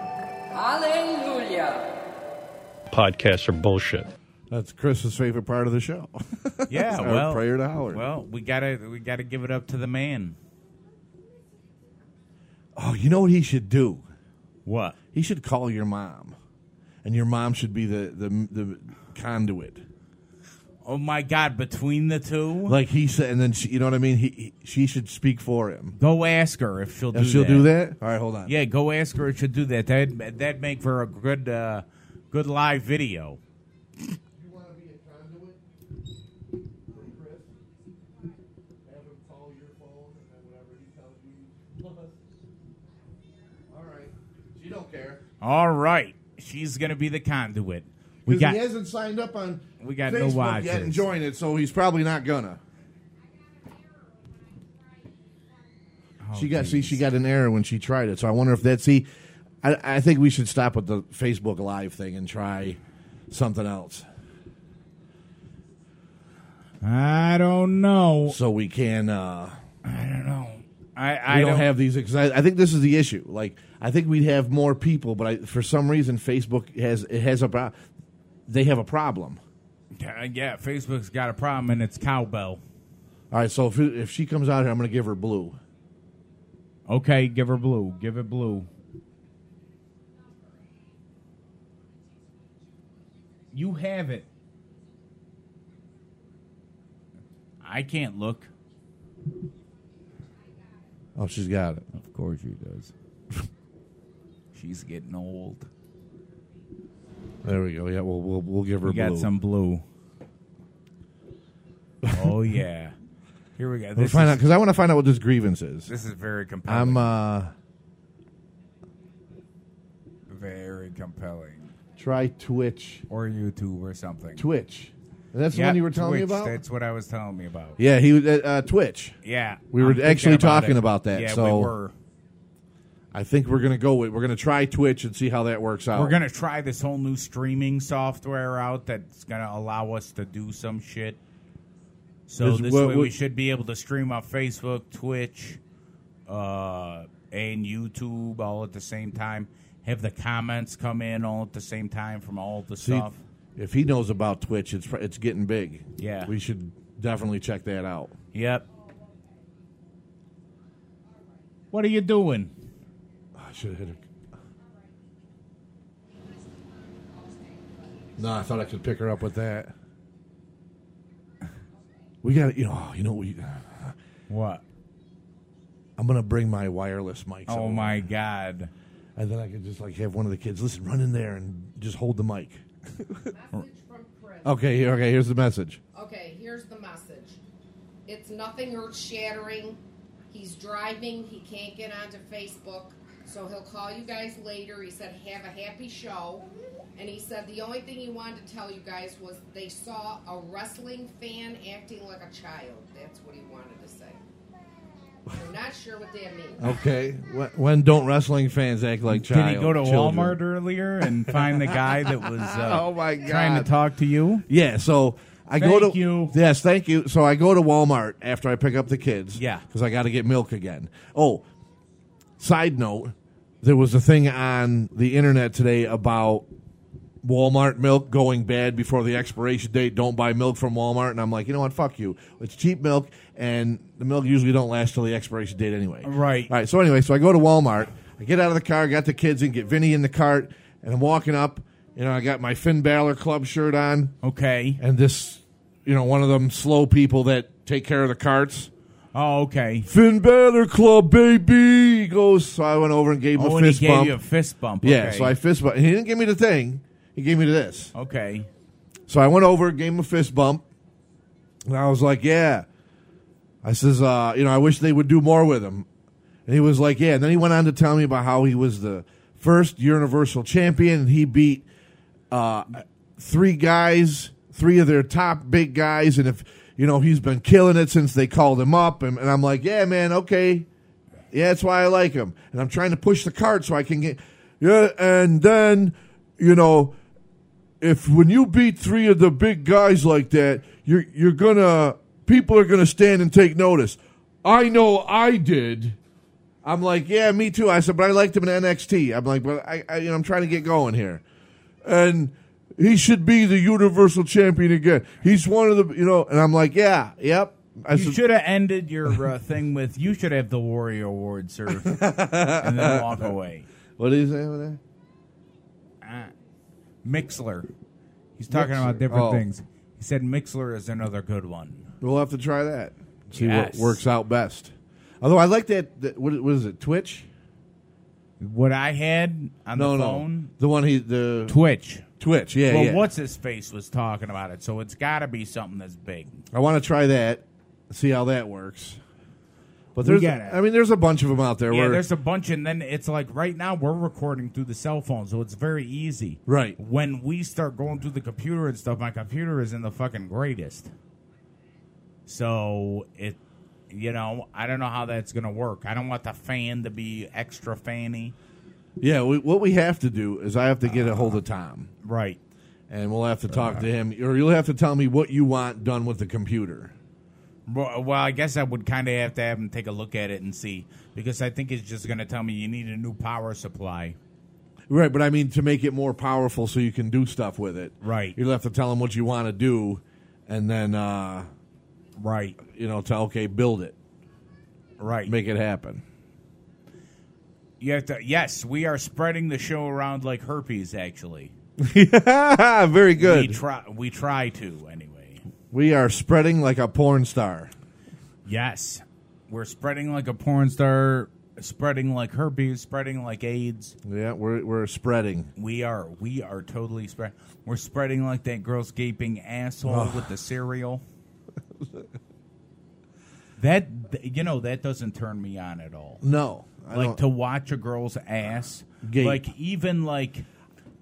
[SPEAKER 5] Hallelujah.
[SPEAKER 9] podcasts are bullshit.
[SPEAKER 1] That's Chris's favorite part of the show.
[SPEAKER 2] Yeah,
[SPEAKER 1] Our
[SPEAKER 2] well,
[SPEAKER 1] prayer to Howard.
[SPEAKER 2] Well, we gotta we gotta give it up to the man.
[SPEAKER 1] oh, you know what he should do?
[SPEAKER 2] What?
[SPEAKER 1] He should call your mom.
[SPEAKER 7] and your mom should be the the, the conduit.
[SPEAKER 2] Oh my God! Between the two,
[SPEAKER 7] Like he said, and then she, you know what I mean. He, he she should speak for him.
[SPEAKER 2] go ask her if she'll do
[SPEAKER 7] If she'll
[SPEAKER 2] that.
[SPEAKER 7] do that, all right, hold on.
[SPEAKER 2] Yeah, go ask her if she'll do that. That that make for a good uh, good live video.
[SPEAKER 7] You want to be a conduit? Chris, have him call your phone, and then whatever he tells you. All right, she don't care.
[SPEAKER 2] All right, she's gonna be the conduit. We
[SPEAKER 7] 'Cause
[SPEAKER 2] got
[SPEAKER 7] he hasn't signed up on
[SPEAKER 2] We got no
[SPEAKER 7] Facebook
[SPEAKER 2] watches.
[SPEAKER 7] yet and joined it, so he's probably not gonna. she got see she got an error when she tried it, so I wonder if that's see. I, I think we should stop with the Facebook Live thing and try something else,
[SPEAKER 2] I don't know.
[SPEAKER 7] so we can. Uh,
[SPEAKER 2] I don't know. I
[SPEAKER 7] we
[SPEAKER 2] I
[SPEAKER 7] don't, have these. Ex- I, I think this is the issue. Like I think we'd have more people, but I, for some reason Facebook has it has a pro- they have a problem.
[SPEAKER 2] Uh, yeah, Facebook's got a problem, and it's cowbell.
[SPEAKER 7] All right, so if if she comes out here, I'm going to give her blue.
[SPEAKER 2] Okay, give her blue. Give it blue. You have it. I can't look.
[SPEAKER 7] Oh, she's got it.
[SPEAKER 2] Of course she does. She's getting old.
[SPEAKER 7] There we go. Yeah, we'll we'll, we'll give her
[SPEAKER 2] We got
[SPEAKER 7] blue.
[SPEAKER 2] some blue. Oh yeah. Here we go.
[SPEAKER 7] We'll
[SPEAKER 2] This,
[SPEAKER 7] find
[SPEAKER 2] is,
[SPEAKER 7] out because I want to find out what this grievance is.
[SPEAKER 2] this is very compelling.
[SPEAKER 7] I'm uh
[SPEAKER 2] very compelling.
[SPEAKER 7] try Twitch,
[SPEAKER 2] Or YouTube or something.
[SPEAKER 7] Twitch. And that's the
[SPEAKER 2] Yeah,
[SPEAKER 7] one you were telling me
[SPEAKER 2] Twitch,
[SPEAKER 7] about.
[SPEAKER 2] That's what I was telling me about.
[SPEAKER 7] Yeah, he was at uh, Twitch.
[SPEAKER 2] Yeah,
[SPEAKER 7] We were
[SPEAKER 2] I'm thinking
[SPEAKER 7] actually talking
[SPEAKER 2] it.
[SPEAKER 7] about that,
[SPEAKER 2] Yeah,
[SPEAKER 7] so-
[SPEAKER 2] we were.
[SPEAKER 7] I think we're gonna go with we're gonna try Twitch and see how that works out.
[SPEAKER 2] We're gonna try this whole new streaming software out that's gonna allow us to do some shit. So
[SPEAKER 7] Is
[SPEAKER 2] this
[SPEAKER 7] what-
[SPEAKER 2] way
[SPEAKER 7] what-
[SPEAKER 2] we should be able to stream on Facebook, Twitch, uh, and YouTube all at the same time. Have the comments come in all at the same time from all the
[SPEAKER 7] see
[SPEAKER 2] stuff.
[SPEAKER 7] if he knows about Twitch. It's pr- it's getting big.
[SPEAKER 2] Yeah.
[SPEAKER 7] we should definitely check that out.
[SPEAKER 2] Yep. What are you doing?
[SPEAKER 7] I should have hit her. No, I thought I could pick her up with that. We got to, you know, oh, you know, we,
[SPEAKER 2] What?
[SPEAKER 7] I'm gonna bring my wireless mics.
[SPEAKER 2] Oh
[SPEAKER 7] over.
[SPEAKER 2] my god.
[SPEAKER 7] And then I could just like have one of the kids listen, run in there and just hold the mic.
[SPEAKER 8] Message from Chris.
[SPEAKER 7] Okay, here- okay. Here's the message.
[SPEAKER 8] Okay, here's the message. It's nothing earth shattering. He's driving. He can't get onto Facebook. So he'll call you guys later. He said, Have a happy show. And he said, The only thing he wanted to tell you guys was they saw a wrestling fan acting like a child. That's what he wanted to say. I'm not sure what that means.
[SPEAKER 7] Okay, when, when don't wrestling fans act like child?
[SPEAKER 2] Did he go to
[SPEAKER 7] children?
[SPEAKER 2] Walmart earlier and find the guy that was uh,
[SPEAKER 7] Oh, my
[SPEAKER 2] trying
[SPEAKER 7] God.
[SPEAKER 2] to talk to you?
[SPEAKER 7] Yeah, so I go
[SPEAKER 2] Thank
[SPEAKER 7] to
[SPEAKER 2] you.
[SPEAKER 7] Yes, thank you. So I go to Walmart after I pick up the kids.
[SPEAKER 2] Yeah.
[SPEAKER 7] because I got to get milk again. Oh, side note, there was a thing on the internet today about Walmart milk going bad before the expiration date. Don't buy milk from Walmart. And I'm like, you know what? Fuck you. It's cheap milk, and the milk usually don't last till the expiration date anyway.
[SPEAKER 2] Right.
[SPEAKER 7] All right. So anyway, so I go to Walmart. I get out of the car, got the kids in, get Vinny in the cart, and I'm walking up. You know, I got my Finn Balor club shirt on
[SPEAKER 2] Okay.
[SPEAKER 7] and this, you know, one of them slow people that take care of the carts.
[SPEAKER 2] Oh, okay.
[SPEAKER 7] Finn Balor Club, baby, he goes. So I went over and gave him
[SPEAKER 2] Oh,
[SPEAKER 7] a
[SPEAKER 2] and he
[SPEAKER 7] fist
[SPEAKER 2] gave
[SPEAKER 7] bump.
[SPEAKER 2] you a fist bump.
[SPEAKER 7] Yeah,
[SPEAKER 2] Okay.
[SPEAKER 7] so I fist bump. He didn't give me the thing. He gave me this.
[SPEAKER 2] Okay.
[SPEAKER 7] So I went over, gave him a fist bump, and I was like, "Yeah." I says, uh, "You know, I wish they would do more with him." And he was like, "Yeah." And then he went on to tell me about how he was the first Universal Champion. And he beat uh, three guys, three of their top big guys, and if you know, he's been killing it since they called him up. And, and I'm like, "Yeah, man, okay." Yeah, that's why I like him. And I'm trying to push the cart so I can get. Yeah, and then, you know, if when you beat three of the big guys like that, you're you're gonna people are gonna stand and take notice. I know I did. I'm like, yeah, me too. I said, but I liked him in NXT. I'm like, but I, I you know, I'm trying to get going here, and he should be the Universal Champion again. He's one of the, you know, and I'm like, yeah, yep. I
[SPEAKER 2] You should have ended your uh, thing with you should have the Warrior Award, sir, and then walk away.
[SPEAKER 7] what did he say over there?
[SPEAKER 2] Uh, Mixler. He's talking about
[SPEAKER 7] Mixler.
[SPEAKER 2] different
[SPEAKER 7] Oh.
[SPEAKER 2] things. He said Mixler is another good one.
[SPEAKER 7] We'll have to try that. See
[SPEAKER 2] Yes.
[SPEAKER 7] what works out best. Although I like that. that what, what is it? Twitch?
[SPEAKER 2] What I had on
[SPEAKER 7] No,
[SPEAKER 2] the
[SPEAKER 7] no.
[SPEAKER 2] phone,
[SPEAKER 7] The one he the
[SPEAKER 2] Twitch.
[SPEAKER 7] Twitch. Yeah,
[SPEAKER 2] well,
[SPEAKER 7] yeah.
[SPEAKER 2] what's his face was talking about it, so it's got to be something that's big.
[SPEAKER 7] I want to try that. See how that works. But there's,
[SPEAKER 2] get it.
[SPEAKER 7] I mean, there's a bunch of them out there.
[SPEAKER 2] Yeah,
[SPEAKER 7] where,
[SPEAKER 2] there's a bunch, and then it's like right now we're recording through the cell phone, so it's very easy.
[SPEAKER 7] Right.
[SPEAKER 2] When we start going through the computer and stuff, my computer is in the fucking greatest. So it, you know, I don't know how that's gonna work. I don't want the fan to be extra fanny.
[SPEAKER 7] yeah. We, what we have to do is I have to get a hold of
[SPEAKER 2] Uh-huh.
[SPEAKER 7] Tom,
[SPEAKER 2] Right.
[SPEAKER 7] and we'll have to talk
[SPEAKER 2] Uh-huh.
[SPEAKER 7] to him, or you'll have to tell me what you want done with the computer.
[SPEAKER 2] Well, well, I guess I would kind of have to have him take a look at it and see because I think it's just gonna tell me you need a new power supply.
[SPEAKER 7] Right, but I mean to make it more powerful so you can do stuff with it.
[SPEAKER 2] Right.
[SPEAKER 7] You'll have to tell him what you want to do, and then uh,
[SPEAKER 2] Right.
[SPEAKER 7] you know tell okay build it,
[SPEAKER 2] Right.
[SPEAKER 7] make it happen.
[SPEAKER 2] You have to. Yes, we are spreading the show around like herpes. Actually,
[SPEAKER 7] Very
[SPEAKER 2] we
[SPEAKER 7] good.
[SPEAKER 2] try. We try to anyway.
[SPEAKER 7] We are spreading like a porn star.
[SPEAKER 2] Yes, we're spreading like a porn star, spreading like herpes, spreading like AIDS.
[SPEAKER 7] Yeah, we're we're spreading.
[SPEAKER 2] We are. We are totally spread. We're spreading like that girl's gaping asshole with the cereal. that you know that doesn't turn me on at all.
[SPEAKER 7] No, I
[SPEAKER 2] like
[SPEAKER 7] don't-
[SPEAKER 2] to watch a girl's ass
[SPEAKER 7] Gape.
[SPEAKER 2] like even like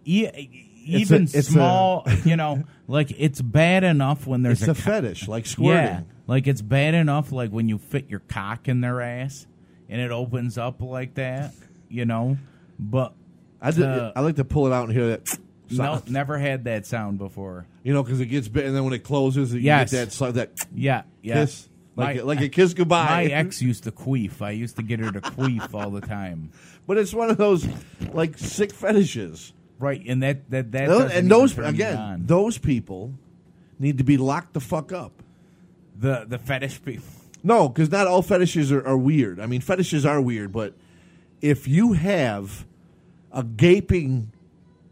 [SPEAKER 2] e- even
[SPEAKER 7] a- it's
[SPEAKER 2] small you know like it's bad enough when there's
[SPEAKER 7] it's a
[SPEAKER 2] co-
[SPEAKER 7] fetish, like
[SPEAKER 2] yeah
[SPEAKER 7] squirting.
[SPEAKER 2] like it's bad enough like when you fit your cock in their ass and it opens up like that you know but
[SPEAKER 7] I did,
[SPEAKER 2] Uh,
[SPEAKER 7] I like to pull it out and hear that.
[SPEAKER 2] no,
[SPEAKER 7] sound.
[SPEAKER 2] never had that sound before
[SPEAKER 7] You know, because it gets bit, and then when it closes, you
[SPEAKER 2] Yes.
[SPEAKER 7] get that sli- that
[SPEAKER 2] yeah yeah
[SPEAKER 7] kiss, like
[SPEAKER 2] My-
[SPEAKER 7] a, like a kiss goodbye.
[SPEAKER 2] my ex used to queef. I used to get her to queef all the time.
[SPEAKER 7] but it's one of those like sick fetishes.
[SPEAKER 2] Right, and that that that
[SPEAKER 7] Those-
[SPEAKER 2] doesn't
[SPEAKER 7] and those
[SPEAKER 2] even turn me
[SPEAKER 7] again,
[SPEAKER 2] on.
[SPEAKER 7] those people need to be locked the fuck up.
[SPEAKER 2] the the fetish people.
[SPEAKER 7] No, because not all fetishes are, are weird. I mean, fetishes are weird, but if you have a gaping,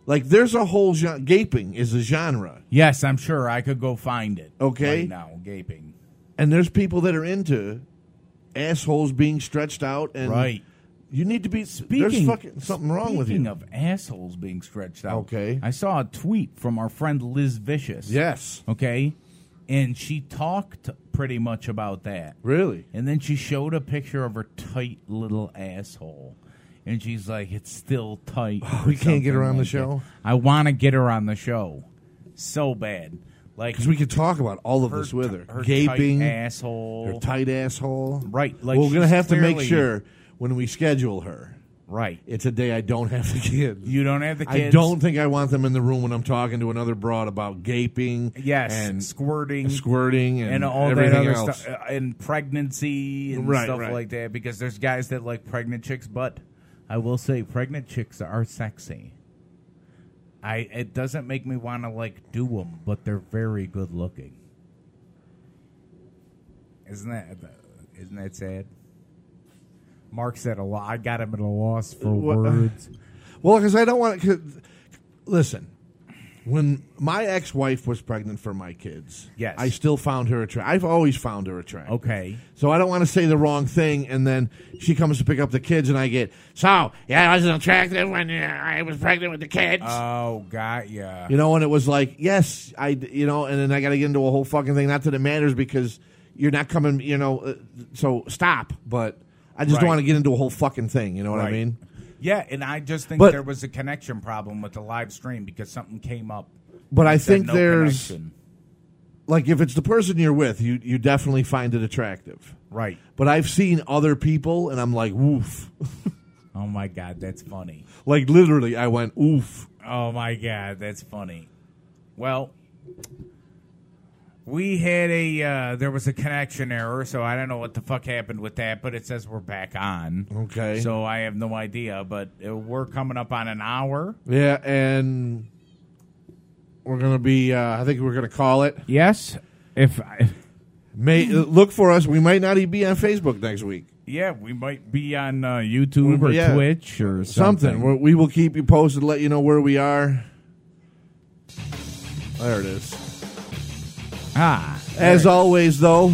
[SPEAKER 7] like there's a whole gen- gaping is a genre,
[SPEAKER 2] Yes, I'm sure I could go find it.
[SPEAKER 7] Okay.
[SPEAKER 2] right now gaping.
[SPEAKER 7] and there's people that are into assholes being stretched out, and
[SPEAKER 2] Right.
[SPEAKER 7] you need to be. there's fucking something wrong with
[SPEAKER 2] speaking
[SPEAKER 7] you.
[SPEAKER 2] of assholes being stretched out.
[SPEAKER 7] Okay.
[SPEAKER 2] I saw a tweet from our friend Liz Vicious.
[SPEAKER 7] yes,
[SPEAKER 2] Okay, and she talked pretty much about that,
[SPEAKER 7] really.
[SPEAKER 2] and then she showed a picture of her tight little asshole. And she's like, "It's still tight." or
[SPEAKER 7] we can't get her
[SPEAKER 2] something
[SPEAKER 7] on the
[SPEAKER 2] like
[SPEAKER 7] show?
[SPEAKER 2] that. I want to get her on the show, so bad. Like
[SPEAKER 7] Because we could talk about all of
[SPEAKER 2] her,
[SPEAKER 7] this with her,
[SPEAKER 2] her
[SPEAKER 7] gaping
[SPEAKER 2] tight asshole,
[SPEAKER 7] her tight asshole.
[SPEAKER 2] Right, like
[SPEAKER 7] we're gonna
[SPEAKER 2] she's
[SPEAKER 7] have to
[SPEAKER 2] clearly-
[SPEAKER 7] make sure when we schedule her,
[SPEAKER 2] right?
[SPEAKER 7] it's a day I don't have the kids.
[SPEAKER 2] You don't have the
[SPEAKER 7] I
[SPEAKER 2] kids.
[SPEAKER 7] don't think I want them in the room when I'm talking to another broad about gaping,
[SPEAKER 2] Yes,
[SPEAKER 7] and
[SPEAKER 2] squirting,
[SPEAKER 7] squirting, and,
[SPEAKER 2] and all that
[SPEAKER 7] everything
[SPEAKER 2] other
[SPEAKER 7] else.
[SPEAKER 2] stuff, uh, and pregnancy and
[SPEAKER 7] Right,
[SPEAKER 2] stuff
[SPEAKER 7] right.
[SPEAKER 2] like that. Because there's guys that like pregnant chicks, but I will say pregnant chicks are sexy. I it doesn't make me want to like do them, but they're very good looking. Isn't that uh, isn't that sad? Mark's at a lot. I got him at a loss for
[SPEAKER 7] What-
[SPEAKER 2] words.
[SPEAKER 7] Well, because I don't want to. Listen, when my ex-wife was pregnant for my kids,
[SPEAKER 2] Yes.
[SPEAKER 7] I still found her attractive. I've always found her attractive.
[SPEAKER 2] Okay.
[SPEAKER 7] So I don't want to say the wrong thing, and then she comes to pick up the kids, and I get so yeah, I was attractive when uh, I was pregnant with the kids.
[SPEAKER 2] Oh, got ya.
[SPEAKER 7] you know, and it was like, yes, I, d- you know, and then I got to get into a whole fucking thing. Not that it matters because you're not coming, you know, uh, so stop. But I just
[SPEAKER 2] Right.
[SPEAKER 7] don't want to get into a whole fucking thing. You know what I
[SPEAKER 2] Right.
[SPEAKER 7] mean?
[SPEAKER 2] Yeah, and I just think
[SPEAKER 7] But-
[SPEAKER 2] there was a connection problem with the live stream because something came up.
[SPEAKER 7] But I
[SPEAKER 2] that said
[SPEAKER 7] think
[SPEAKER 2] no
[SPEAKER 7] there's
[SPEAKER 2] connection.
[SPEAKER 7] like if it's the person you're with, you you definitely find it attractive.
[SPEAKER 2] right.
[SPEAKER 7] But I've seen other people, and I'm like, woof.
[SPEAKER 2] Oh my god, that's funny.
[SPEAKER 7] like literally, I went oof.
[SPEAKER 2] Oh my god, that's funny. Well, we had a uh, there was a connection error, so I don't know what the fuck happened with that, but it says we're back on.
[SPEAKER 7] Okay.
[SPEAKER 2] So I have no idea, but uh, we're coming up on an hour.
[SPEAKER 7] Yeah, and we're gonna be. Uh, I think we're gonna call it.
[SPEAKER 2] Yes. If I,
[SPEAKER 7] May look for us. We might not even be on Facebook next week.
[SPEAKER 2] yeah, we might be on uh, YouTube or
[SPEAKER 7] Mm, Yeah.
[SPEAKER 2] Twitch or
[SPEAKER 7] something.
[SPEAKER 2] something.
[SPEAKER 7] we We will keep you posted, let you know where we are. There it is.
[SPEAKER 2] Ah,
[SPEAKER 7] As always, though,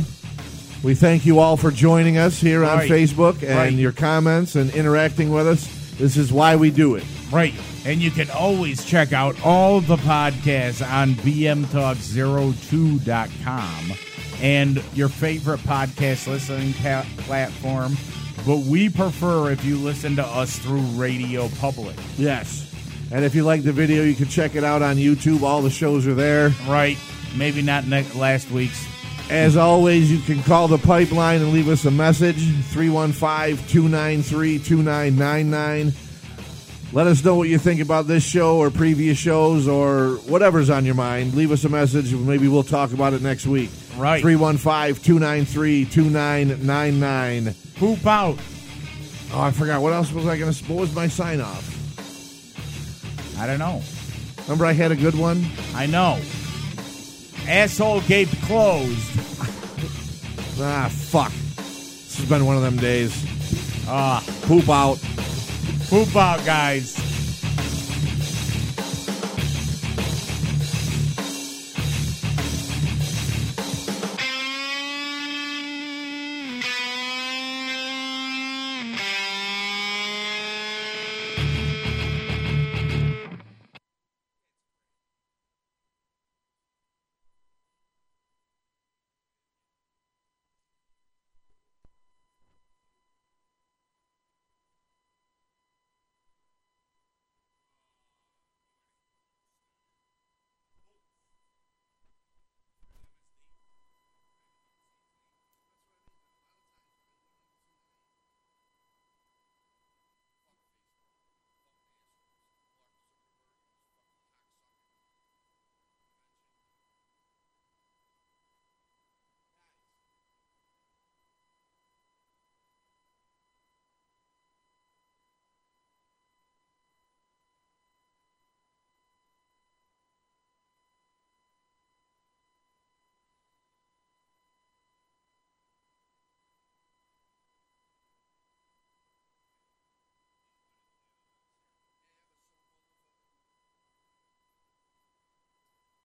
[SPEAKER 7] we thank you all for joining us here on
[SPEAKER 2] Right.
[SPEAKER 7] Facebook and
[SPEAKER 2] Right.
[SPEAKER 7] your comments and interacting with us. This is why we do it.
[SPEAKER 2] right. And you can always check out all the podcasts on bmtalk02.com and your favorite podcast listening pa- platform. But we prefer if you listen to us through Radio Public.
[SPEAKER 7] Yes. And if you like the video, you can check it out on YouTube. All the shows are there.
[SPEAKER 2] Right. Maybe not next last week's.
[SPEAKER 7] As always, you can call the pipeline and leave us a message 315 293 2999. Let us know what you think about this show or previous shows or whatever's on your mind. Leave us a message. and Maybe we'll talk about it next week.
[SPEAKER 2] Right.
[SPEAKER 7] 315 293 2999.
[SPEAKER 2] Poop out.
[SPEAKER 7] Oh, I forgot. What else was I going to. What was my sign off?
[SPEAKER 2] I don't know.
[SPEAKER 7] Remember, I had a good one?
[SPEAKER 2] I know. Asshole gate closed.
[SPEAKER 7] Ah, fuck. This has been one of them days.
[SPEAKER 2] Ah,
[SPEAKER 7] Poop out.
[SPEAKER 2] poop out, guys.